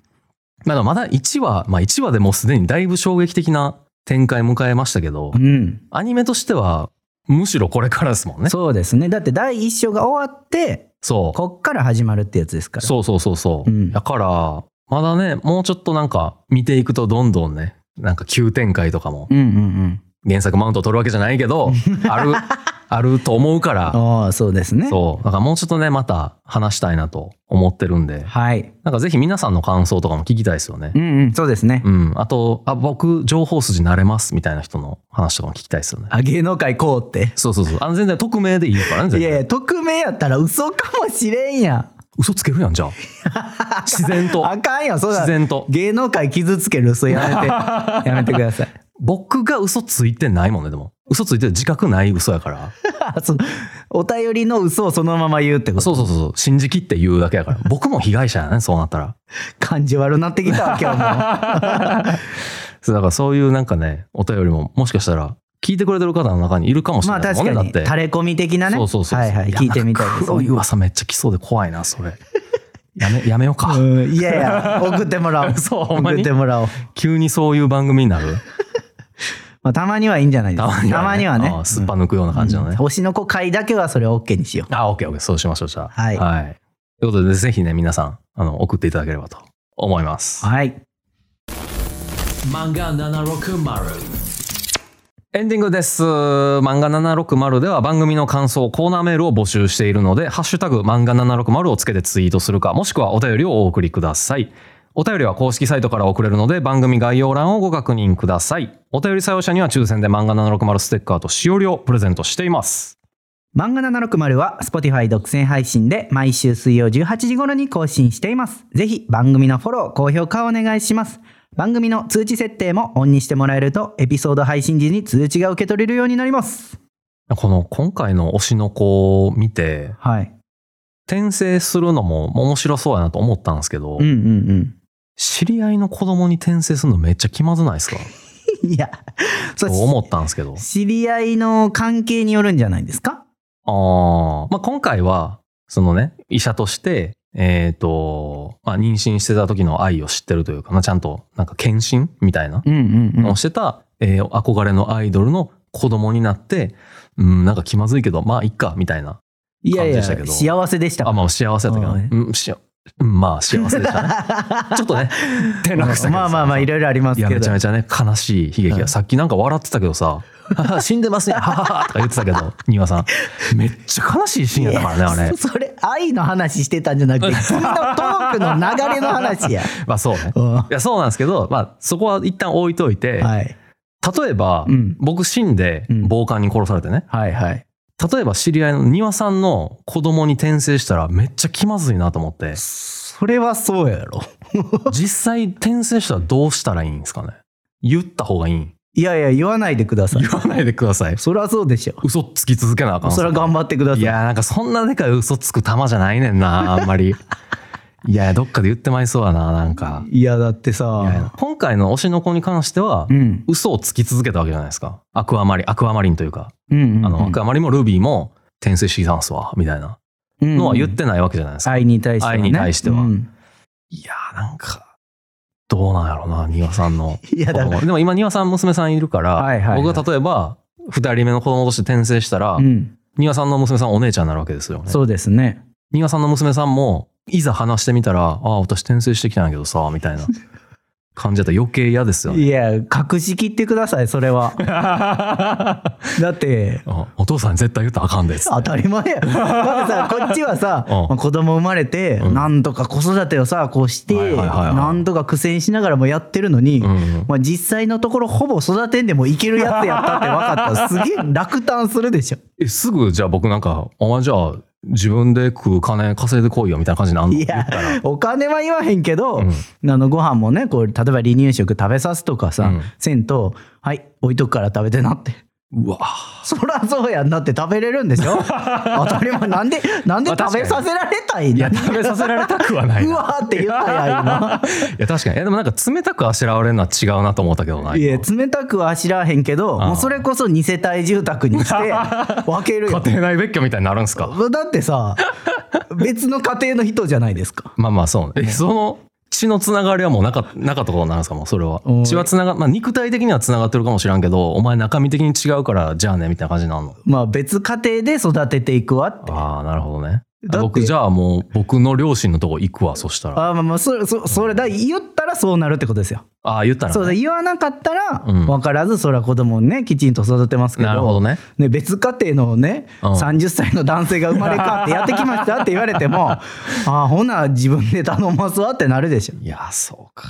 A: まあ、でもまだ1話、まあ、1話でもうすでにだいぶ衝撃的な展開迎えましたけど、
B: うん。
A: アニメとしては、むしろこれからですもんね。そう。
B: そうですね。だって第一章が終わって、
A: そ
B: こっから始まるってやつですか
A: う
B: ら。
A: そうそうそうそう。
B: うん
A: だから、まだね、もうちょっとなんか見ていくとどんどんね、なんか急展開とかも
B: うんうんうん。
A: 原作マウントを取るわけじゃないけ どあるあると思うから
B: ああ、そうですね。
A: そうだからもうちょっとねまた話したいなと思ってるんで
B: はい。
A: なんかぜひ皆さんの感想とかも聞きたいですよね
B: う、んうん、そうですね。
A: うん、あとあ僕情報筋慣れますみたいな人の話とかも聞きたいですよね
B: あ、芸能界こうって。
A: そうそうそうあの全然匿名でいいからね
B: い
A: 全
B: やい
A: 然
B: や、匿名やったら嘘かもしれんやん。
A: 嘘つけるやんじゃあ自然 と
B: あかんよ、そうだ
A: 自。然と
B: 芸能界傷つける嘘や めて、やめてください。
A: 僕が嘘ついてないもんねでも嘘ついてる自覚ない嘘やから
B: あ そうお便りの嘘をそのまま言うってこと
A: そうそうそうそう信じきって言うだけやから僕も被害者やねそうなったら
B: 感じ悪なってきたわ 今日も
A: そうだからそういうなんかねお便りももしかしたら聞いてくれてる方の中にいるかもしれ
B: まあ
A: ないも
B: 確
A: んね、
B: かに
A: だって
B: 垂れ込み的なね
A: そうそうそうそう
B: はいはい
A: や
B: 聞いてみたいです
A: 黒い噂めっちゃ来そうで怖いなそれやめやめようか、
B: うんいや いや送ってもらおう
A: そうほんま
B: 送
A: に
B: ってもらおう、
A: 急にそういう番組になる
B: まあ、たまにはいいんじゃないです
A: た
B: か
A: まにはねあ
B: た
A: ーすっぱ抜くような感じのね、
B: 星の子会だけはそれを OK にしよう
A: あオッケーオッケーそうしましょうじゃあ
B: はい
A: ということでぜひね皆さんあの送っていただければと思います
B: はい
A: 漫画760エンディングです。漫画760では番組の感想、コーナーメールを募集しているので、ハッシュタグ漫画760をつけてツイートするか、もしくはお便りをお送りください。お便りは公式サイトから送れるので、番組概要欄をご確認ください。お便り採用者には抽選で漫画760ステッカーとしおりをプレゼントしています。
B: 漫画760は Spotify 独占配信で毎週水曜18時頃に更新しています。ぜひ番組のフォロー、高評価をお願いします。番組の通知設定もオンにしてもらえるとエピソード配信時に通知が受け取れるようになります。
A: この今回の推しの子を見て、
B: はい。
A: 転生するのも面白そうやなと思ったんですけど、
B: うんうん
A: 知り合いの子供に転生するのめっちゃ気まずないですか
B: うん。 いや、そ
A: と
B: う
A: 思ったんですけど。
B: 知り合いの関係によるんじゃないですか
A: ああ。まあ、今回は、そのね、医者として、えっ、と、まあ、妊娠してた時の愛を知ってるというか、まあ、ちゃんと、なんか、検診みたいな
B: うんうん
A: のをしてた、えー憧れのアイドルの子供になって、うん、なんか気まずいけど、まあ、いっか、みたいな。
B: いや
A: 感じ
B: い
A: で
B: や
A: したけど
B: 幸せでした
A: あ、まあ、幸せだったけどね、うん、しあうん、まあ、幸せで したね。ちょっとね、転落したけどさ
B: まあまあまあいろいろあります
A: い
B: け
A: や、
B: ど
A: めちゃめちゃね、悲しい悲劇
B: うん
A: が、さっきなんか笑ってたけどさ、 はは死んでますね、はははとか言ってたけど、庭さん。めっちゃ悲しいシーンやったから ね、あれ。
B: そそれ愛の話してたんじゃなく て君のトークの流れの話や、
A: まあ、そうね。
B: うんはい
A: や、そうなんですけど、まあ、そこは一旦置いといて、
B: い、
A: 例えば、
B: うん
A: 僕死んで
B: うん
A: 暴漢に殺されてね、
B: はいはい
A: 例えば知り合いの庭さんの子供に転生したらめっちゃ気まずいなと思って、
B: それはそうやろ
A: 実際転生したらどうしたらいいんですかね言った方がいいん
B: いやいや 言わないでください
A: 言わないでください。
B: そりゃそうでしょ
A: 嘘つき続けなあかん。
B: そりゃ頑張ってくださ
A: い
B: い
A: やーなんかそんなでかい嘘つく玉じゃないねん な、あんまり。いや、どっかで言ってまいそうやな、なんか。
B: いやだって
A: いや
B: さ
A: 今回の推しの子に関しては、
B: うん
A: 嘘をつき続けたわけじゃないですか。アクアマリン、アクアマリンというか。
B: うんうん
A: あの、アクアマリもルビーも転生してきたんすわ、みたいなのは言ってないわけじゃないですか。
B: 愛に対しては、ね、
A: 愛に対しては
B: うん
A: いやー、なんか、どうなんやろうな、庭さんの。
B: い やだから
A: でも今、庭さん娘さんいるから、
B: はいはいはい
A: 僕が例えば、二人目の子供として転生したら、
B: うん、
A: 庭さんの娘さんお姉ちゃんになるわけですよね。
B: そうですね
A: 庭さんの娘さんも、いざ話してみたら、ああ、私転生してきたんやけどさ、みたい な感じだったら余計嫌ですよね。
B: いや隠しきってくださいそれ はだって
A: あお父さんに絶対言ったらあかんです。
B: 当たり前 やだってさこっちはさ、
A: うん
B: まあ子供生まれて、
A: うん
B: なんとか子育てをさこうして、
A: はいはいはいはい
B: なんとか苦戦しながらもやってるのに、
A: うん
B: まあ、実際のところほぼ育てんでもいけるやつやったって分 かったらすげえ落胆するでしょ
A: えすぐじゃあ僕なんか、お前じゃあ自分で食う金稼いでこいよみたいな感じになんの
B: いやお金は言わへんけど、
A: うん
B: あのご飯もねこう例えば離乳食食べさすとかさ、
A: うん
B: せんと「はい置いとくから食べてな」 って
A: うわ
B: そらそうやんなって食べれるんでし ょ当たり前なんでなんで
A: まあ
B: 食べさせられたい
A: い
B: の、
A: や食べさせられたくはないうな
B: わーって言ったやん今
A: いや確かにいやでもなんか冷たくあしらわれるのは違うなと思ったけどない
B: や冷たくはあしらわへんけど
A: ああ
B: もうそれこそ二世帯住宅にして 分ける
A: 家
B: よ
A: 庭内別居みたいになるんすか
B: だってさ別の家庭の人じゃないですか
A: まあまあそうねえその血のつながりはもうなかなかったことなんですかもうそれは
B: うん
A: 血はつながまあ肉体的にはつながってるかもしらんけどお前中身的に違うからじゃあねみたいな感じになるの
B: まあ別家庭で育てていくわって
A: ああなるほどね
B: だって
A: 僕じゃあもう僕の両親のとこ行くわそしたら
B: ああまあまあそれそそれだ言ったらそうなるってことですよ
A: ああ言ったら、ね、
B: そうだ言わなかったら
A: うん
B: 分からずそれは子供をねきちんと育てますけど
A: なるほどね
B: ね、別家庭のね、
A: うん
B: 30歳の男性が生まれ変わってやってきましたって言われて もああほな自分で頼ますわってなるでし
A: いやそうか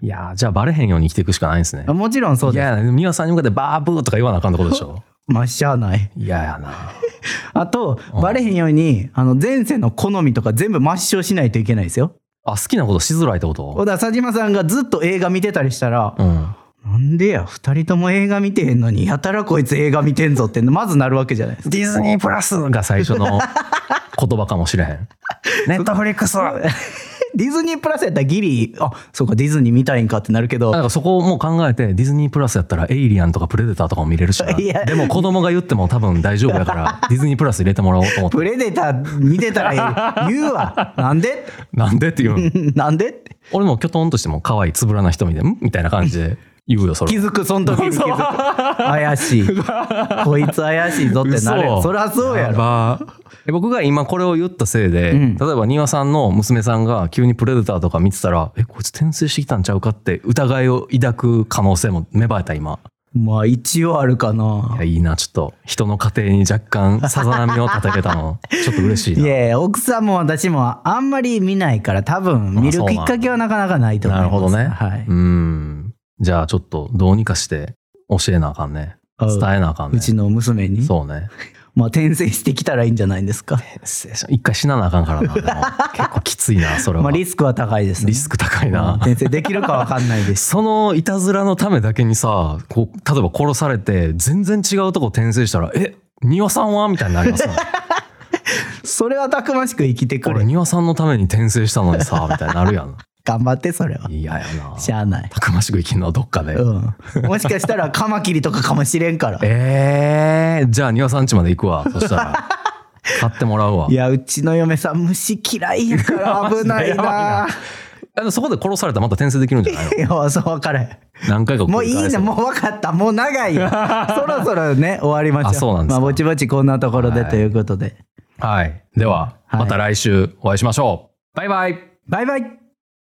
A: いやじゃあバレへんように生きていくしかないんですね
B: ょもちろんそう
A: い
B: です
A: やでも美和さんに向かってバーブーとか言わなあかんってことでし ょ
B: まあしゃあない
A: 嫌ややな
B: あとバレへんようにあの前世の好みとか全部抹消しないといけないですよ
A: あ好きなことしづらいってこ
B: 小
A: と
B: 田佐島さんがずっと映画見てたりしたら
A: う、ん
B: なんでや2人とも映画見てへんのにやたらこいつ映画見てんぞってまずなるわけじゃない ですか
A: ディズニープラスが最初 の言葉かもしれへんネットフリックスなん
B: ディズニープラスやったらギリあそうかディズニー見たいんかってなるけど
A: かそこをもう考えてディズニープラスやったらエイリアンとかプレデターとかも見れるしない
B: や
A: でも子供が言っても多分大丈夫やから ディズニープラス入れてもらおうと思って
B: プレデター見てたら 言う言うわなんで って
A: なんでって言うん
B: なんでって
A: 俺もキョトンとしても可愛いつぶらな人見てんみたいな感じで言うよそれ
B: 気づくその時に気づく怪しいこいつ怪しいぞってなる
A: 嘘
B: そりゃそうや
A: や
B: ろ
A: ばえ僕が今これを言ったせいで、
B: うん
A: 例えば庭さんの娘さんが急にプレデターとか見てたらえこいつ転生してきたんちゃうかって疑いを抱く可能性も芽生えた今
B: まあ一応あるか
A: い
B: な
A: やいいなちょっと人の家庭に若干さざ波を叩けた のちょっと嬉しい
B: い
A: な
B: やいや奥さんも私もあんまり見ないから多分見るきっかけはなかなかないと思い
A: な
B: ま
A: る
B: す
A: ほどね、
B: はい、
A: うんじゃあちょっとどうにかして教えなあかんね
B: あ
A: 伝えなあかんね
B: うちの娘に
A: そうね
B: まあ転生してきたらいいんじゃないんですか、
A: 一回死ななあかんからなでも結構きつい なそれは、
B: まあ、リスクは高いですね
A: リスク高いな、
B: うん転生できるかわかんない です
A: そのいたずらのためだけにさこう例えば殺されて全然違うとこ転生したら「え庭さんは?」みたいになります ね
B: それはたくましく生きてく
A: 俺
B: れ
A: 庭さんのために転生したのにさみたいになるやん
B: 頑張ってそれは
A: 嫌やな
B: しゃあない
A: たくましく生きるのはどっかで、
B: うん、もしかしたらカマキリとかかもしれんから
A: えー、じゃあ庭さん家まで行くわそした ら買ってもらうわ
B: いやうちの嫁さん虫嫌いやから危な い
A: やばい
B: な
A: なあのそこで殺されたらまた転生できるんじゃないの
B: いやそう分からへん
A: 何回か繰り
B: もういい
A: 返せ
B: ね
A: ば
B: もう分かったもう長い よそろそろね終わりましょう
A: あそうなんですか
B: まあぼちぼちこんなところで
A: はい
B: ということで、
A: はい。では、
B: はい
A: また来週お会いしましょう。バイバイ。
B: バイバイ